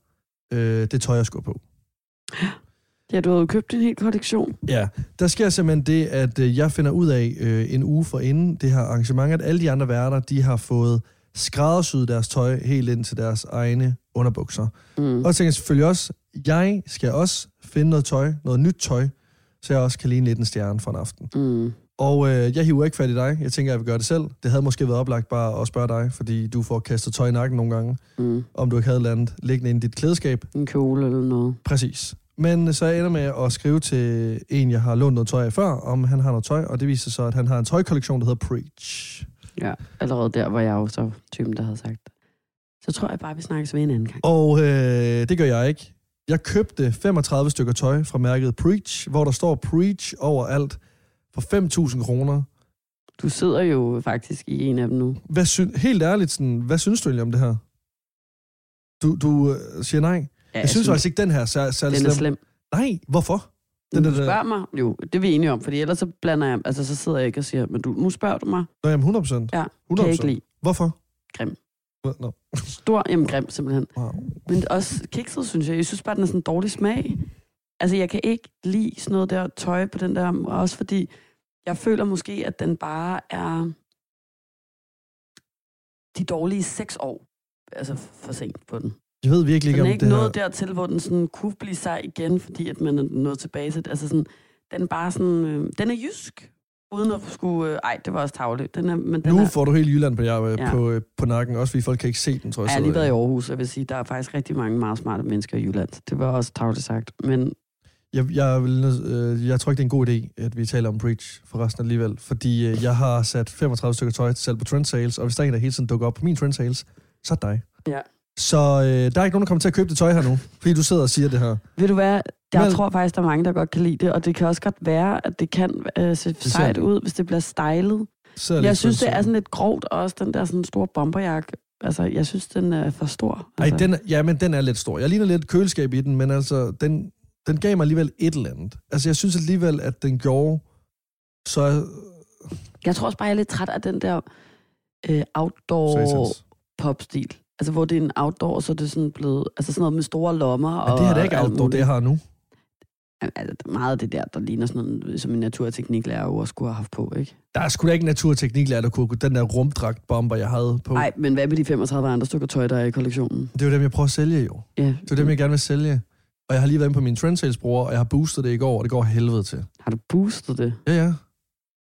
øh, det tøj, jeg skulle på.
Ja, du havde jo købt en hel kollektion.
Ja. Der sker simpelthen det, at øh, jeg finder ud af øh, en uge forinden det her arrangement, at alle de andre værter, de har fået skræddersyet deres tøj helt ind til deres egne underbukser.
Mm.
Og så tænker jeg selvfølgelig også, jeg skal også finde noget tøj, noget nyt tøj, så jeg også kan ligne lidt en stjerne for en aften.
Mm.
Og øh, jeg hiver ikke fat i dig. Jeg tænker, jeg vil gøre det selv. Det havde måske været oplagt bare at spørge dig, fordi du får kastet tøj i nakken nogle gange,
Mm.
om du ikke havde landet liggende inde i dit klædeskab.
En kjole eller noget.
Præcis. Men øh, så jeg ender med at skrive til en, jeg har lånt noget tøj af før, om han har noget tøj, og det viser sig så, at han har en tøjkollektion, der hedder Preach.
Ja, allerede der var jeg jo så typen, der havde sagt det. Så tror jeg bare, vi snakkes ved en anden gang.
Og øh, det gør jeg ikke. Jeg købte 35 stykker tøj fra mærket Preach, hvor der står Preach overalt for 5.000 kroner.
Du sidder jo faktisk i en af dem nu.
Hvad syn- helt ærligt, sådan, hvad synes du egentlig om det her? Du, du øh, siger nej?
Ja,
Jeg, jeg synes faktisk ikke, den her er sær- særlig
den er
slem.
slem.
Nej, hvorfor? Den
Den
er
du
da-
spørger mig, jo, det er vi enige om, fordi ellers så blander jeg, altså så sidder jeg ikke og siger, men du, nu spørger du mig,
Nå, jamen 100 procent.
ja, 100%. kan jeg
100%.
ikke lide.
Hvorfor?
Grim.
Hva- Nå.
Stor, jamen grim simpelthen.
Wow.
Men også kikset, synes jeg. Jeg synes bare, den er sådan en dårlig smag. Altså, jeg kan ikke lide sådan noget der tøj på den der, og også fordi jeg føler måske, at den bare er de dårlige seks år altså for sent på den.
Jeg ved virkelig ikke,
Den
om
er
det
ikke
her...
nået dertil, hvor den sådan kunne blive sej igen, fordi at man er nået tilbage til... Altså sådan, den er bare sådan... Øh, den er jysk, uden at skulle... Øh, ej, det var også tavligt. Den er, men den
Nu
er,
får du hele Jylland på, jer,
Ja.
ja. på, øh, på nakken, også fordi folk kan ikke se den, tror jeg.
jeg
øh,
har
sidder
lige været i
jeg.
Aarhus, og jeg vil sige, der er faktisk rigtig mange meget smarte mennesker i Jylland. Det var også tavligt sagt. Men
Jeg, jeg, vil, nød- øh, jeg tror ikke, det er en god idé, at vi taler om Breach for resten alligevel, fordi øh, jeg har sat 35 stykker tøj til salg på Trend Sales, og hvis der er en, der hele tiden dukker op på min Trend Sales, så er det dig.
Ja.
Så øh, der er ikke nogen, der kommer til at købe det tøj her nu, fordi du sidder og siger det her.
ved du hvad? Jeg
Men-
tror faktisk, der er mange, der godt kan lide det, og det kan også godt være, at det kan øh, se
ser-
sejt ud, hvis det bliver stylet.
Så er
Jeg
lidt
synes, det
trendseler.
er sådan lidt grovt også, den der sådan store bomberjakke. Altså, jeg synes, den er for stor.
Ej,
Altså,
den er, ja, men den er lidt stor. Jeg ligner lidt et køleskab i den, men altså, den, den gav mig alligevel et eller andet. Altså, jeg synes alligevel, at den gjorde, så
Jeg tror også bare, jeg er lidt træt af den der øh, outdoor...
satans.
popstil. Altså, hvor det er en outdoor, så er det sådan blevet... Altså, sådan noget med store lommer og...
Men det her det er ikke
alt
outdoor,
muligt.
det jeg har nu.
Altså, der er meget af det der, der ligner sådan noget, som en naturtekniklærer jo også skulle have haft på, ikke?
Der er sgu da ikke naturtekniklærer, der kunne den der rumdragt bomber, jeg havde på.
Nej, men hvad med de 35 andre stykker tøj, der er i kollektionen?
Det er jo dem, jeg prøver at sælge jo.
Ja.
Det er jo dem, jeg gerne vil sælge. Og jeg har lige været inde på min trendsales-bruger, og jeg har boostet det i går, og det går helvede til.
Har du boostet det?
Ja, ja.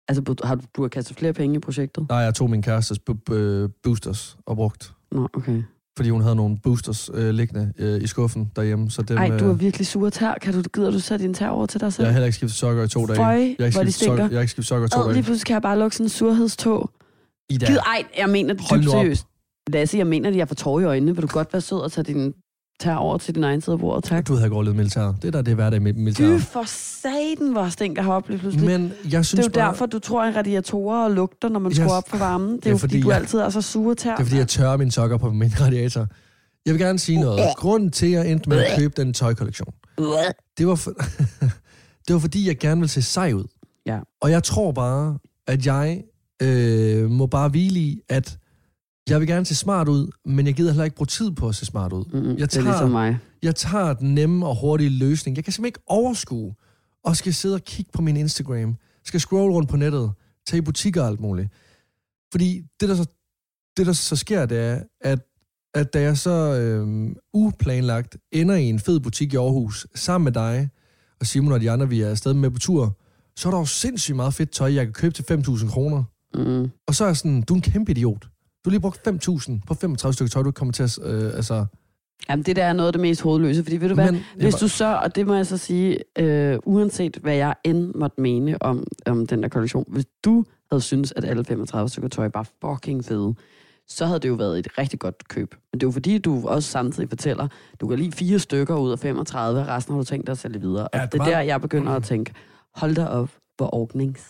Altså, bu- har du, du har kastet flere penge i projektet?
Nej, jeg tog min kærestes bu- øh, boosters og brugt.
Nå, okay.
Fordi hun havde nogle boosters øh, liggende øh, i skuffen derhjemme. Så dem,
Nej, du har
øh,
virkelig sur tær. Kan du, gider du sætte din tær over til dig selv?
jeg har heller ikke skiftet sokker i to dage.
Føj,
jeg har ikke
hvor de
skiftet sokker,
stinker.
jeg har ikke skiftet sokker i to
Ad, lige
dage.
pludselig kan jeg bare lukke sådan en surhedstog.
Ida,
Ja. Gid ej, jeg mener det
Hold
dybt
nu op.
seriøst. Lasse, jeg mener, at jeg får tårer i øjnene. Vil du godt være sød og tage din tær over til din egen side af bordet? Tak.
du havde gået lidt militær. Det er der, det er hverdag i militær.
Fy for satan, hvor stinker heroppe lige pludselig.
Men jeg
det
synes
er jo
bare,
derfor, du tror, at radiatorer og lugter, når man
Jeg-
skruer op for varmen. Det er
Ja,
jo fordi,
fordi
du
jeg-
altid er så sure tær.
det er fordi, jeg tørrer mine sokker på min radiator. Jeg vil gerne sige noget. Grunden til, at jeg endte med at købe den tøjkollektion, det var, for... det var fordi, jeg gerne vil se sej ud.
Ja.
Og jeg tror bare, at jeg øh, må bare hvile i, at jeg vil gerne se smart ud, men jeg gider heller ikke bruge tid på at se smart ud.
Mm,
Jeg
det er ligesom mig.
Jeg tager den nemme og hurtige løsning. Jeg kan simpelthen ikke overskue og skal sidde og kigge på min Instagram, skal scrolle rundt på nettet, tage i butikker og alt muligt. Fordi det, der så, det, der så sker, det er, at, at da jeg så øh, uplanlagt ender i en fed butik i Aarhus sammen med dig og Simon og de andre, vi er afsted med på tur, så er der jo sindssygt meget fedt tøj, jeg kan købe til 5.000 kroner.
Mm.
Og så er jeg sådan, du er en kæmpe idiot. Du har lige brugt 5.000 på 35 stykker tøj, du ikke kommer til at... Øh, altså,
Jamen, det der er noget af det mest hovedløse, fordi ved du hvad,
Men-
Hvis du så, og det må jeg så sige, øh, uanset hvad jeg end måtte mene om, om den der kollektion, hvis du havde syntes, at alle 35 stykker tøj var fucking fede, så havde det jo været et rigtig godt køb. Men det er jo fordi, du også samtidig fortæller, du kan lige fire stykker ud af 35, og resten har du tænkt dig at sælge videre. Og
Ja,
ja,
det
det er
var-
der, jeg begynder at tænke, hold da op, hvor Mm, ordnings.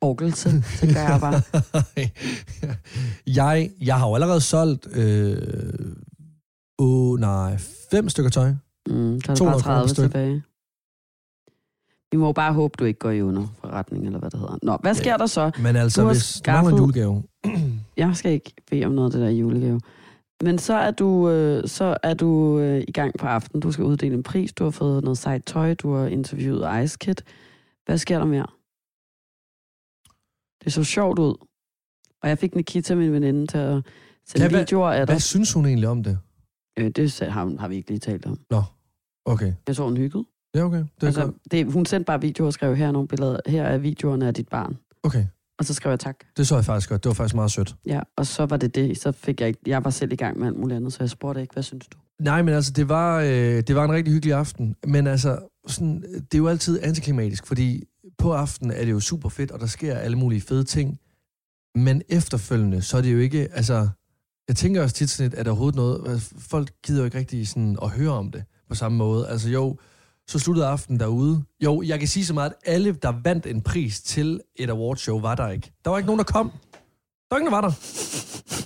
Orkelse, tænker jeg bare.
jeg, jeg har jo allerede solgt... Øh, åh, nej, fem stykker tøj.
Mm, så er der bare
200 kroner
30
per styk.
tilbage. Vi må jo bare håbe, du ikke går i underforretning, eller hvad det hedder. Nå, hvad sker
Ja.
der så?
Men altså,
Du har
hvis du mangler en
skaffet-
julegave...
jeg skal ikke bede om noget af det der julegave. Men så er du, øh, så er du øh, i gang på aftenen. Du skal uddele en pris. Du har fået noget sejt tøj. Du har interviewet Ice Kid. Hvad sker der mere? Det så sjovt ud. Og jeg fik Nikita, min veninde, til at sende
Ja,
ja,
hvad-
videoer af dig.
Hvad synes hun egentlig om det?
Øh, det sa- har, har vi ikke lige talt om.
Okay,
Jeg så, hun hyggede.
ja okay. Det er
Altså,
godt.
det, hun sendte bare videoer og skrev, her er nogle billeder. Her er videoerne af dit barn.
Okay,
Og så skrev jeg tak.
det så jeg faktisk godt. Det var faktisk meget sødt.
Ja, og så var det det. Så fik jeg ikke... Jeg var selv i gang med alt muligt andet, så jeg spurgte ikke, hvad synes du?
Nej, men altså, det var, øh, det var en rigtig hyggelig aften. Men altså, sådan, det er jo altid antiklimatisk, fordi på aftenen er det jo super fedt, og der sker alle mulige fede ting. Men efterfølgende, så er det jo ikke, altså... Jeg tænker også tit sådan lidt, at der overhovedet noget... altså, Folk gider jo ikke rigtig sådan at høre om det på samme måde. Altså jo, så sluttede aftenen derude. Jo, jeg kan sige så meget, at alle, der vandt en pris til et awardshow, var der ikke. Der var ikke nogen, der kom. Der var ingen, der var der.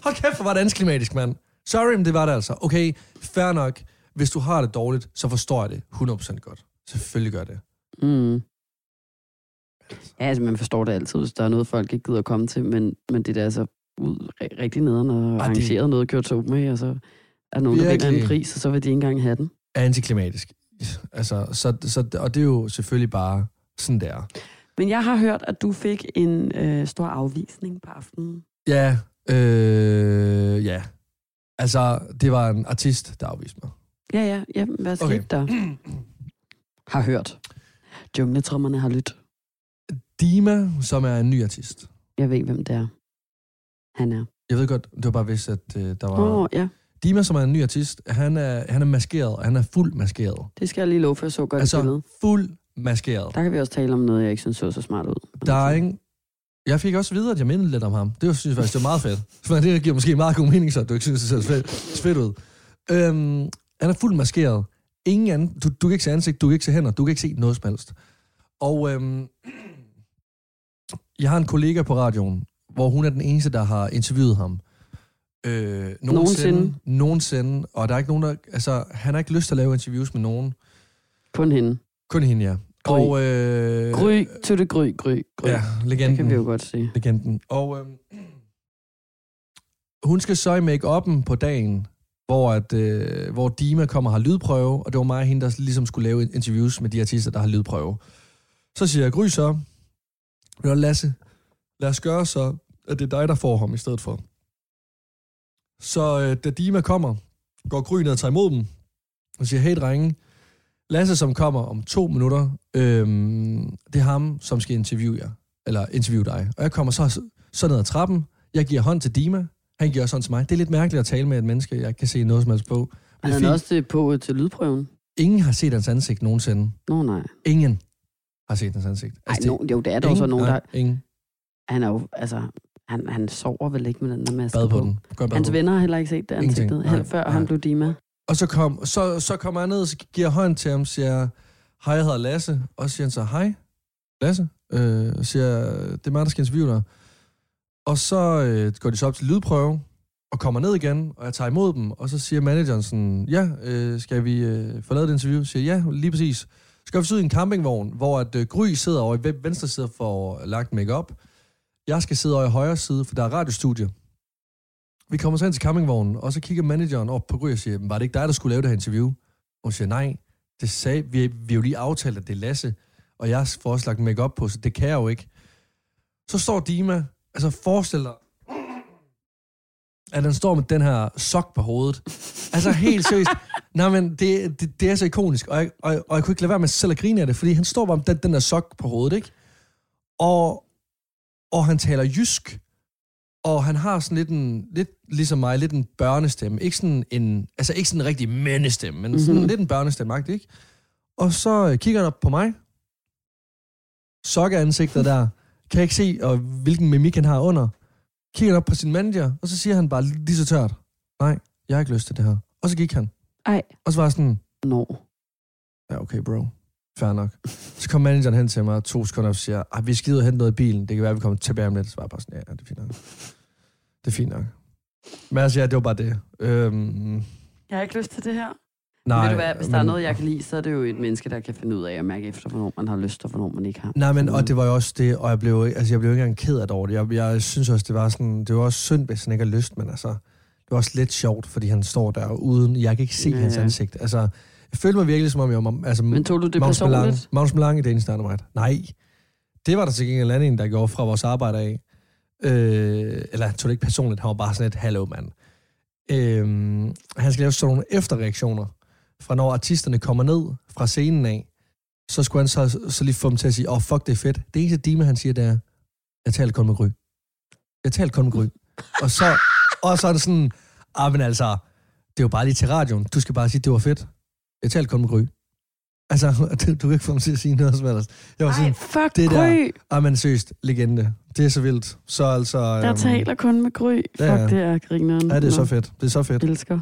Hold kæft, hvor var det antiklimatisk, mand. Sorry, men det var det altså. Okay, fair nok. Hvis du har det dårligt, så forstår jeg det 100% godt. Selvfølgelig gør det.
Mm. Ja, altså, man forstår det altid, hvis der er noget, folk ikke gider at komme til, men, men det er da altså ud, ri- rigtig nederen og
det-
arrangeret noget, gjort sig med, og så er der nogen, der vinder
Virkelig.
en pris, og så vil de ikke engang have den.
Antiklimatisk. Altså, så, så, og det er jo selvfølgelig bare sådan der.
Men jeg har hørt, at du fik en øh, stor afvisning på aftenen.
Ja, øh, ja. Altså, det var en artist, der afviste mig.
Ja, ja, ja hvad skete
Okay.
okay. der? Har hørt. Jungletrummerne har lyttet.
Dima, som er en ny artist.
Jeg ved, hvem det er. Han er.
Jeg ved godt, det var bare vist, at øh, der var...
Åh, oh, ja.
Dima, som er en ny artist, han er, han er maskeret, og han er fuld maskeret.
Det skal jeg lige love, for jeg så godt altså,
Altså,
billede.
fuld maskeret.
Der kan vi også tale om noget, jeg ikke synes så så smart ud. Altså,
Der er ingen... Jeg fik også at vide, at jeg mindede lidt om ham. Det var- synes jeg faktisk, det var meget fedt. For det giver måske meget god mening, så du ikke synes, det ser fedt, fedt ud. Øhm, han er fuldt maskeret. Ingen anden... Du, du kan ikke se ansigt, du kan ikke se hænder, du kan ikke se noget som helst. Og øhm, jeg har en kollega på radioen, hvor hun er den eneste, der har interviewet ham. Øh,
Nogensinde.
Nogensinde. Og der er ikke nogen, der... Altså, han har ikke lyst til at lave interviews med nogen.
Kun hende.
Kun hende, ja.
Gry.
Og, øh,
Gry, to the gry, gry, gry.
Ja, legenden.
Det kan vi jo godt se.
legenden. Og øhm, hun skal så i make-up'en på dagen, hvor, at, øh, hvor Dima kommer og har lydprøve, og det var mig og hende, der ligesom skulle lave interviews med de artister, der har lydprøve. Så siger jeg, Gry så, Nå, Lasse, lad os gøre så, at det er dig, der får ham i stedet for. Så øh, da Dima kommer, går Gry ned og tager imod dem, og siger, hey drenge, Lasse, som kommer om to minutter, øh, det er ham, som skal interviewe jer, eller interviewe dig. Og jeg kommer så, så ned ad trappen, jeg giver hånd til Dima, han giver også hånd til mig. Det er lidt mærkeligt at tale med et menneske, jeg ikke kan se noget som helst på. Men
Han
det er
havde
fint.
også det på øh, til lydprøven.
Ingen har set hans ansigt nogensinde.
Nå nej.
Ingen har set hans ansigt. Altså,
Ej,
det-
no, jo, det er der jo så
ingen,
nogen, der...
nej, Ingen.
Han er jo, altså, han, han sover vel ikke med den der maske
Bad på den. Gør bad på
Hans
den.
venner har heller ikke set det
Ingenting.
ansigtet,
Nej,
helt før
nej.
han blev Dima.
Og så, kom, så, så kommer han ned, og så giver jeg hånd til ham, og siger, hej, jeg hedder Lasse. Og så siger han så, hej, Lasse. Øh, og siger, det er mig, der skal interviewe dig. Og så øh, går de så op til lydprøve, og kommer ned igen, og jeg tager imod dem, og så siger manageren sådan, ja, øh, skal vi øh, få lavet et interview? Så siger jeg, ja, lige præcis. Så går vi så ud i en campingvogn, hvor at øh, Gry sidder over i ve- venstre side for lagt makeup. Jeg skal sidde over i højre side, for der er radiostudie. Vi kommer så hen til campingvognen, og så kigger manageren op på Gry og siger, var det ikke dig, der skulle lave det her interview? Og hun siger, nej, det sagde, vi, vi har jo lige aftalt, at det er Lasse, og jeg får også lagt make på, så det kan jeg jo ikke. Så står Dima, altså forestil dig, at han står med den her sok på hovedet. Altså helt seriøst. Nej, men det, det, det er så ikonisk, og jeg, og, jeg- og jeg kunne ikke lade være med selv at grine af det, fordi han står bare med den, den der sok på hovedet, ikke? Og, og han taler jysk, og han har sådan lidt en, lidt ligesom mig, lidt en børnestemme. Ikke sådan en, altså ikke sådan en rigtig mandestemme, men sådan
Mhm.
mm-hmm. lidt en børnestemme, ikke? Og så øh, kigger han op på mig, sokker ansigtet der, kan jeg ikke se, og hvilken mimik han har under. Kigger han op på sin manager, og så siger han bare lige så tørt, nej, jeg har ikke lyst til det her. Og så gik han.
Ej.
Og så var jeg sådan,
Nå.
ja, okay, bro. Fair nok. Så kom manageren hen til mig to sekunder og siger, "Ej, vi skal ud og hente noget i bilen. Det kan være, vi kommer tilbage om lidt. Så var jeg bare sådan, ja, ja, det er fint nok. Det er fint nok. Men altså, ja, det var bare det. Øhm,
Jeg har ikke lyst til det her.
nej,
Ved du hvad, hvis der er
men-
noget, jeg kan lide, så er det jo et menneske, der kan finde ud af at mærke efter, hvornår man har lyst og hvornår man ikke har.
Nej, men og det var jo også det, og jeg blev, altså, jeg blev ikke engang ked af det over det. Jeg, jeg synes også, det var sådan, det var også synd, hvis han ikke har lyst, men altså, det var også lidt sjovt, fordi han står der uden, jeg kan ikke se
Ja.
ja. hans ansigt. Altså, jeg følte mig virkelig, som om jeg var, altså,
Men tog du det
Magnus Melange,
personligt?
Magnus Melange, det er eneste mig. Nej, det var der til gengæld anden en, der gjorde fra vores arbejde af. Øh, eller han tog det ikke personligt, han var bare sådan et hallo mand. Øh, han skal lave sådan nogle efterreaktioner, fra når artisterne kommer ned fra scenen af, så skulle han så, så lige få dem til at sige, åh oh, fuck, det er fedt. Det eneste Dima, han siger, det er, jeg talte kun med Gry. Jeg talte kun med Gry. Og så, og så er det sådan, ah, men altså, det er jo bare lige til radioen. Du skal bare sige, det var fedt. Jeg talte kun med Gry. Altså, du, du kan ikke få ham til at sige noget som ellers. Jeg var
Ej,
sådan,
fuck det
det der-
Gry,
ah, men seriøst, legende. Det er så vildt. Så altså...
der
øhm,
taler kun med Gry.
ja,
Fuck,
ja.
det er grineren.
Ja, det er så
Nå,
fedt. Det er så fedt.
Elsker.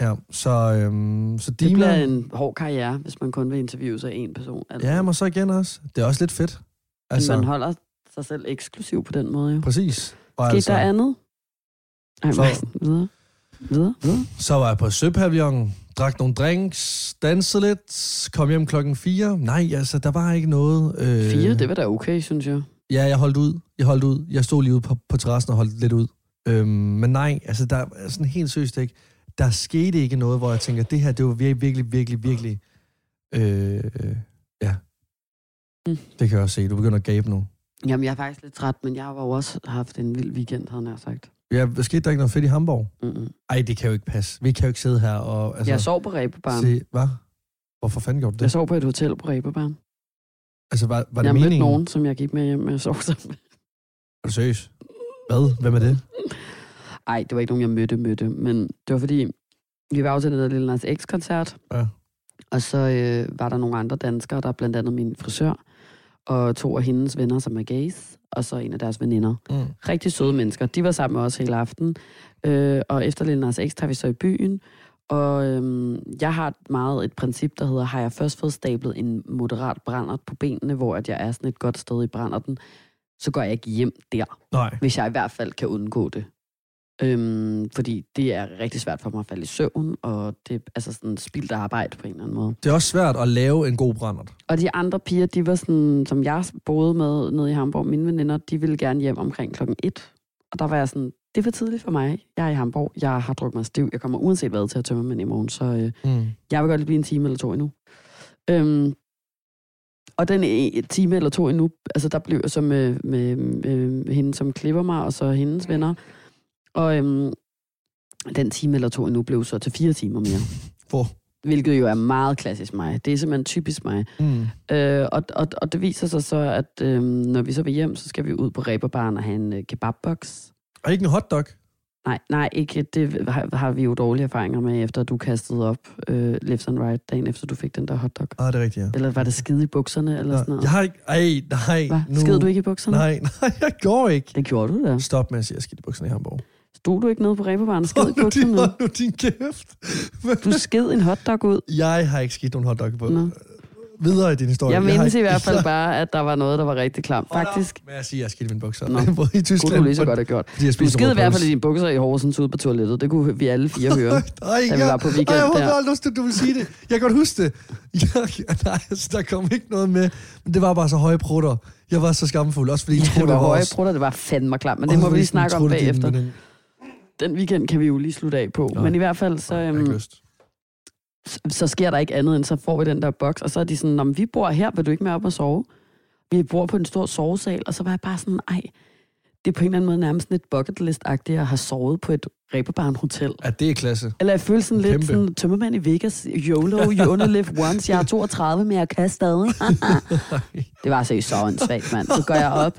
Ja, så, øhm, så
Det
Dima...
bliver en hård karriere, hvis man kun vil interviewe sig en person. Altså,
Ja, men så igen også. Det er også lidt fedt.
altså...
Altså,
Man holder sig selv eksklusiv på den måde, jo.
præcis. Og
Skete der andet? Ej,
altså- Så-
Marsen, videre. Videre, videre.
Så var jeg på Søpavillonen, drak nogle drinks, dansede lidt, kom hjem klokken 4. Nej, altså, der var ikke noget. Øh,
Fire, det var da okay, synes jeg.
Ja, jeg holdt ud. Jeg holdt ud. Jeg stod lige ude på, på terrassen og holdt lidt ud. Øhm, men nej, altså, der er sådan helt seriøst ikke. Der skete ikke noget, hvor jeg tænker, det her, det var vir- virkelig, virkelig, virkelig... Øh, øh, ja.
Mm.
Mm. Det kan jeg også se. Du begynder at gabe nu.
Jamen, jeg er faktisk lidt træt, men jeg har jo også haft en vild weekend, havde jeg sagt.
Ja, hvad skete der ikke noget fedt i Hamburg?
Mm-mm.
Ej, det kan jo ikke passe. Vi kan jo ikke sidde her og...
Altså, jeg sov på Ræbebarn.
se, hvad? Hvorfor fanden gjorde du
Jeg
det?
sov på et hotel på Ræbebarn.
Altså, var, var det
Jeg mødte
meningen?
nogen, som jeg gik med hjem med og sov sammen. med.
Er du seriøs? Hvad? Hvem er det?
Ej, det var ikke nogen, jeg mødte, mødte. Men det var fordi, vi var til den der Lille Nas X-koncert.
Ja.
Og så øh, var der nogle andre danskere, der er blandt andet min frisør, og to af hendes venner, som er gays, og så en af deres veninder.
Mm.
Rigtig søde mennesker. De var sammen med os hele aften. Øh, og efter Lille Nas X tager vi så i byen. Og øhm, jeg har et meget et princip, der hedder, har jeg først fået stablet en moderat brændert på benene, hvor at jeg er sådan et godt sted i brænderten, så går jeg ikke hjem der
Nej.
hvis jeg i hvert fald kan undgå det. Øhm, fordi det er rigtig svært for mig at falde i søvn, og det er altså sådan spildt arbejde på en eller anden måde.
Det er også svært at lave en god brændert.
Og de andre piger, de var sådan, som jeg boede med nede i Hamburg, mine veninder, de ville gerne hjem omkring klokken 1. Og der var jeg sådan, det er for tidligt for mig. Jeg er i Hamburg. Jeg har drukket mig stiv. Jeg kommer uanset hvad til at tømme mig i morgen, så øh,
Mm.
jeg vil godt lige blive en time eller to endnu. Øhm, og den e- time eller to endnu, altså der blev jeg så med, med, med hende, som klipper mig, og så hendes venner. Og øhm, den time eller to endnu blev så til fire timer mere.
For.
Hvilket jo er meget klassisk mig. Det er simpelthen typisk mig.
Mm.
Øh, og, og, og det viser sig så, at øh, når vi så vil hjem, så skal vi ud på Reberbaren og have en øh, kebabboks.
Og ikke en hotdog.
Nej, nej, ikke. Det har, har vi jo dårlige erfaringer med, efter du kastede op øh, left and right, dagen efter du fik den der hotdog.
Ah, det er rigtigt, ja.
Eller var det skide i bukserne, eller sådan
Nå,
noget?
jeg har ikke... Ej, nej.
Hvad? Skede du ikke i bukserne?
Nej, nej, jeg går ikke.
Det gjorde du da.
Stop med at sige, at jeg skidt i bukserne i Hamburg.
Stod du ikke nede på Reberbaren og sked i
Hold nu, din,
bukserne?
hold nu din kæft.
Du sked en hotdog ud.
Jeg har ikke skidt nogen hotdog på.
Nå.
Videre i din historie.
Jeg
har
mindes i
ikke-
hvert fald bare, at der var noget, der var rigtig klamt.
Hold op
Faktisk
med at sige, at jeg skidte mine bukser.
Nå.
Både i Tyskland.
kunne du lige så godt have gjort.
Fordi
Du
jeg spiste
sked i hvert fald i
rugbrød.
dine bukser i Horsens ude på toilettet. Det kunne vi alle fire høre.
Ej,
da vi
jeg-
var på weekend
Ej, jeg håber,
der.
du har lyst til, at du vil sige det. Jeg kan godt huske det. Jeg, nej, altså, der kom ikke noget med. Men det var bare så høje prutter. Jeg var så skamfuld, også fordi ja,
Det var
var
høje
også-
prutter, det var fandme klamt, men
Åh,
det må vi
hvilken
lige snakke om
trutte din
bagefter.
veninde.
Den weekend kan vi jo lige slutte af på,
Nå.
men i hvert fald så,
Jeg har ikke
øhm,
lyst.
så- så sker der ikke andet, end så får vi den der boks, og så er de sådan, "Nå, men vi bor her, vil du ikke med op og sove? Vi bor på en stor sovesal, og så var jeg bare sådan, ej, det er på en eller anden måde nærmest sådan lidt bucket list-agtigt at have sovet på et Reeperbarn Hotel.
Ja, det er klasse.
Eller jeg følte sådan lidt
Kæmpe.
sådan, tømmermand i Vegas, YOLO, you only live once, jeg er 32, men jeg kan stadig. det var seriøst så åndssvagt, mand. Så går jeg op,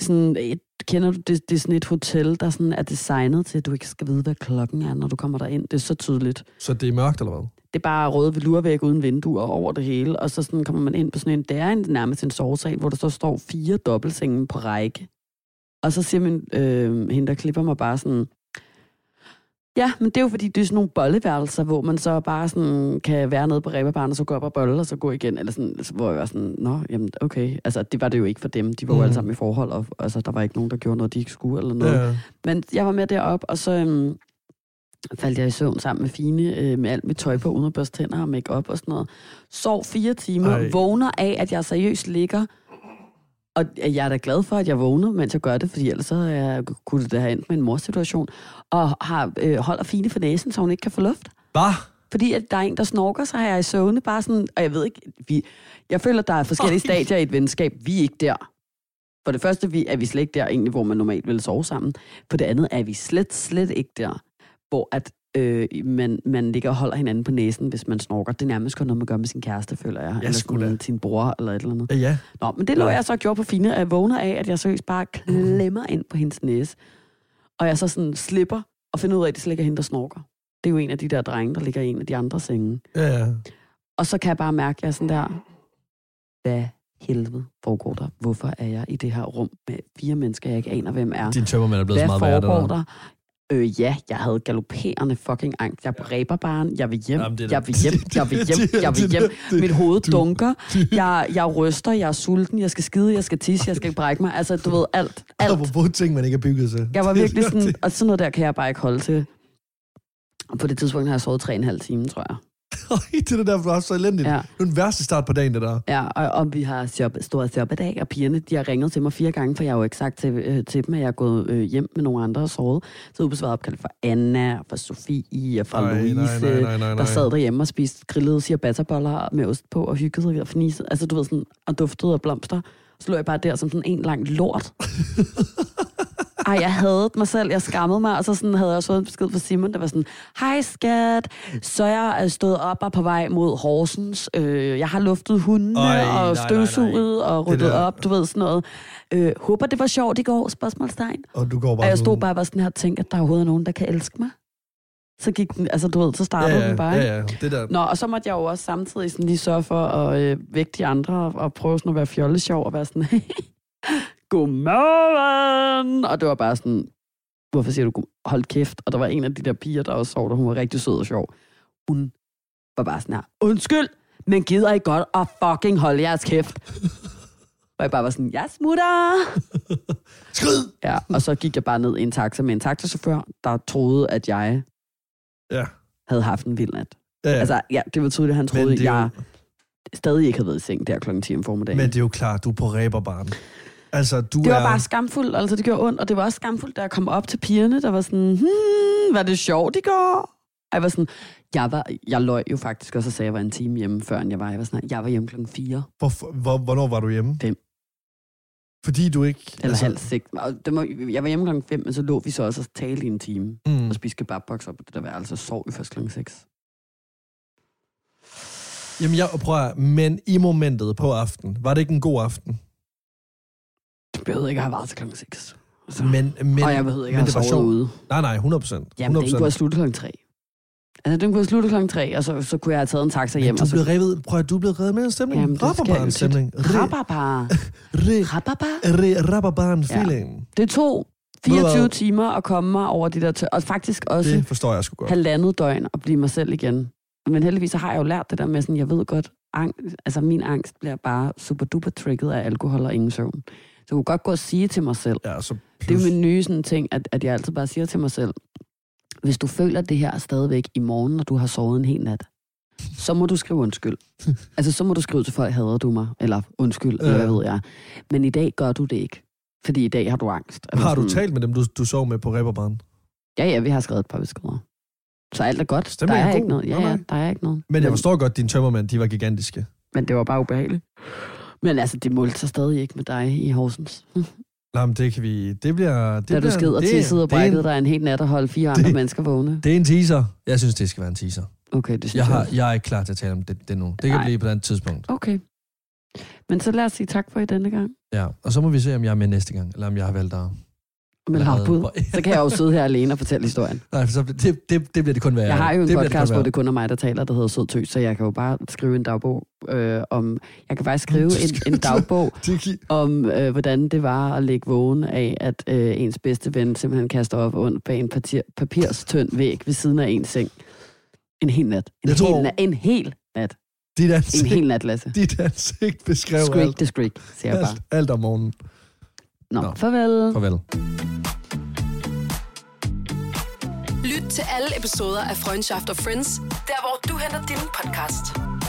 sådan, et, kender du, det, det er sådan et hotel, der sådan er designet til, at du ikke skal vide, hvad klokken er, når du kommer derind. Det er så tydeligt.
Så det er mørkt, eller hvad?
Det er bare røde velurvæg uden vinduer over det hele, og så sådan kommer man ind på sådan en, det er en, nærmest en sovesal, hvor der så står fire dobbeltsenge på række. Og så siger min, øh, hende, der klipper mig bare sådan, ja, men det er jo fordi, det er sådan nogle bolleværelser, hvor man så bare sådan kan være nede på ræberbaren, og så gå op og bolle, og så gå igen, eller sådan, altså, hvor jeg var sådan, nå, jamen okay, altså det var det jo ikke for dem, de var jo
Mhm.
alle sammen i forhold, og altså, der var ikke nogen, der gjorde noget, de ikke skulle, eller noget.
Ja.
Men jeg var med derop, og så øhm, faldt jeg i søvn sammen med Fine, øh, med alt mit tøj på, uden at børste tænder og make og sådan noget. Sov fire timer,
Ej.
Ej. vågner af, at jeg seriøst ligger. Og jeg er da glad for, at jeg vågner, mens jeg gør det, fordi ellers så havde jeg, kunne det da have endt med en morsituation. Og har, øh, holder Fine for næsen, så hun ikke kan få luft.
Hvad?
Fordi at der er en, der snorker, så har jeg i søvne bare sådan, og jeg ved ikke, vi, jeg føler, der er forskellige
Ej.
stadier i et venskab. Vi er ikke der. For det første vi, er vi slet ikke der egentlig, hvor man normalt vil sove sammen. For det andet er vi slet, slet ikke der, hvor at, øh, man, man ligger og holder hinanden på næsen, hvis man snorker. Det er nærmest kun noget, man gør med sin kæreste, føler jeg. eller
sgu
sådan
da.
sin bror, eller et eller andet.
Ja, Øh, ja.
Nå, men det lå jeg så og gjorde på Fine, og jeg vågner af, at jeg seriøst bare klemmer ind på hendes næse. Og jeg så sådan slipper og finder ud af, at det slet ikke er hende, der snorker. Det er jo en af de der drenge, der ligger i en af de andre senge.
ja, ja.
Og så kan jeg bare mærke, at jeg er sådan der, hvad helvede foregår der? Hvorfor er jeg i det her rum med fire mennesker, jeg ikke aner, hvem er?
Din tømmermand er blevet så
Hvad
meget værre. det
foregår der? Øh, ja, jeg havde galopperende fucking angst. Jeg bræber barn. Jeg vil hjem.
Jamen, det er da-
jeg vil hjem. Jeg vil hjem.
Det er-
Jeg vil
det er-
hjem.
det-
Mit hoved
du-
dunker. Jeg, jeg ryster. Jeg er sulten. Jeg skal skide. Jeg skal tisse. Jeg skal brække mig. Altså, du ved, alt.
der.
Alt.
Apropos ting, man ikke er bygget til.
Jeg var virkelig sådan,
Det-
og sådan noget der kan jeg bare ikke holde til. Og på det tidspunkt har jeg sovet tre og en halv time, tror jeg.
Øj, det er det der, for så elendigt.
Ja.
Det er den værste start på dagen, det der.
Ja, og, og vi har job, stået job i dag, og pigerne de har ringet til mig fire gange, for jeg har jo ikke sagt til, øh, til dem, at jeg er gået øh, hjem med nogle andre og sovet. Så ubesvaret opkaldt for Anna, og for Sofie og for
Ej, nej,
Louise,
nej, nej, nej, nej.
der sad derhjemme og spiste grillede ciabattaboller med ost på og hyggede og fnisede. Altså, du ved sådan, og duftede af blomster. Så lå jeg bare der som sådan en lang lort. Ej, jeg havde mig selv, jeg skammede mig, og så sådan havde jeg også fået en besked fra Simon, der var sådan, hej skat, så er jeg øh, stået op og på vej mod Horsens, øh, jeg har luftet hundene
Ej, nej, nej, nej.
og støvsuget og
Det
ryddet
der-
op, du ved sådan noget. Øh, håber det var sjovt i går, spørgsmålstegn.
Og du går bare
Og jeg stod
sådan-
bare og var sådan her og tænkte, at der overhovedet er nogen, der kan elske mig. Så gik den, altså du ved, så startede
ja,
den bare.
Ja,
ikke?
ja, det der.
Nå, og så måtte jeg jo også samtidig sådan lige sørge for at øh, vække de andre og, og prøve sådan at være fjollesjov og være sådan, godmorgen! Og det var bare sådan, hvorfor siger du, god- hold kæft? Og der var en af de der piger, der også sov, der hun var rigtig sød og sjov. Hun var bare sådan her, undskyld, men gider I godt at fucking holde jeres kæft? Og jeg bare var sådan, jeg smutter!
Skrid!
Ja, og så gik jeg bare ned i en taxa med en taxachauffør, der troede, at jeg
Ja.
havde haft en vild nat.
Ja, ja.
Altså, ja, det var tydeligt, at han troede,
Men det
at
er jo-
jeg stadig ikke havde været i seng der kl. 10 om formiddagen.
Men
Men...
det er jo klart, du er på ræberbaren. Altså, du
Det var
er...
bare skamfuldt, altså det gjorde ondt, og det var også skamfuldt, da jeg kom op til pigerne, der var sådan, hmm, var det sjovt i går? Og jeg var sådan, jeg, var, jeg løj jo faktisk, og så sagde jeg, jeg var en time hjemme, før jeg var. Jeg var sådan, jeg var hjemme klokken 4,
Hvor, hvor, hvornår var du hjemme?
Fem.
Fordi du ikke...
eller altså, halv 6. Og det må, jeg var hjemme klokken 5, men så lå vi så også og talte i en time,
Mm,
og spiste kebabbokser på det der værelse, og sov jo først klokken 6.
jamen, jeg prøver, men i momentet på aftenen, var det ikke en god aften?
Det behøvede ikke at have været til klokken 6. Så.
Men, men,
og jeg behøvede ikke
men
at
det var
have sovet
sjovt.
ude.
Nej, nej, 100 procent.
Jamen, den kunne have sluttet klokken 3. Altså, den kunne have sluttet klokken 3, og så, så kunne jeg have taget en taxa hjem.
Du
og så,
blev revet, prøv at du blev revet med en stemning.
Jamen,
Jamen,
det skal jeg jo
Rapperbarn
tit.
stemning. Re,
Rababa.
re,
Rababa.
re, rapperbarn feeling.
Det tog
Ved du
24
hvad?
timer at komme mig over de der tø- og faktisk også
Det
det.
forstår jeg sgu godt.
halvandet døgn at blive mig selv igen. Men heldigvis så har jeg jo lært det der med sådan, jeg ved godt, ang- altså min angst bliver bare super duper trigget af alkohol og ingen søvn. Så jeg kunne godt gå og sige til mig selv,
Ja, så plus,
det er jo min nye sådan ting, at, at jeg altid bare siger til mig selv, hvis du føler det her er stadigvæk i morgen, når du har sovet en hel nat, så må du skrive undskyld. altså, så må du skrive til folk, hader du mig, eller undskyld, eller hvad
Ja.
ved jeg. Men i dag gør du det ikke, fordi i dag har du angst. Eller
Har du
sådan.
talt med dem, du, du sov med på rapperbarn?
Ja, ja, vi har skrevet et par beskeder. Så alt er godt.
Stemningen
der er,
er
ikke
god.
noget. Ja,
Nej,
ja,
nej.
der er ikke noget.
Men jeg
men,
forstår godt, dine tømmermænd, de var gigantiske.
men det var bare ubehageligt. Men altså, det målte sig stadig ikke med dig i Horsens.
Nej, men det kan vi... Det bliver... Det
Da du
bliver,
sked og
det-
tissede og
det er en-
brækkede dig en hel nat og holdt fire andre
Det-
mennesker vågne.
Det er en teaser. Jeg synes, det skal være en teaser.
Okay, det synes
Jeg,
jeg
har,
også.
jeg er ikke klar til at tale om det, det nu. Det kan
Nej.
blive på et andet tidspunkt.
Okay. Men så lad os sige tak for i denne gang.
Ja. Og så må vi se, om jeg er med næste gang, eller om jeg har valgt dig.
Med
Eller
lavbud.
havde-
Så kan jeg jo sidde her alene og fortælle historien.
Nej, for så, bliver- det, det, det bliver det kun værre.
Jeg har jo en
det bliver
podcast,
kun
hvor
værre.
det kun er mig, der taler, der hedder Sød Tøs, så jeg kan jo bare skrive en dagbog øh, om... Jeg kan faktisk skrive en, en dagbog
Det gi-
om, øh, hvordan det var at ligge vågen af, at øh, ens bedste ven simpelthen kaster op under bag en partir, papirstynd væg ved siden af ens seng. En hel nat. En,
Jeg
hel,
tror-
na- en hel nat.
Dit
En
ansigt,
hel nat, Lasse.
dit ansigt beskrev
Skrik,
alt,
det er skrik, siger jeg bare. Mm.
alt, alt om morgenen.
Nå,
Nå.
farvel.
Farvel.
Lyt til alle episoder af Freundschaft og Friends, der hvor du henter din podcast.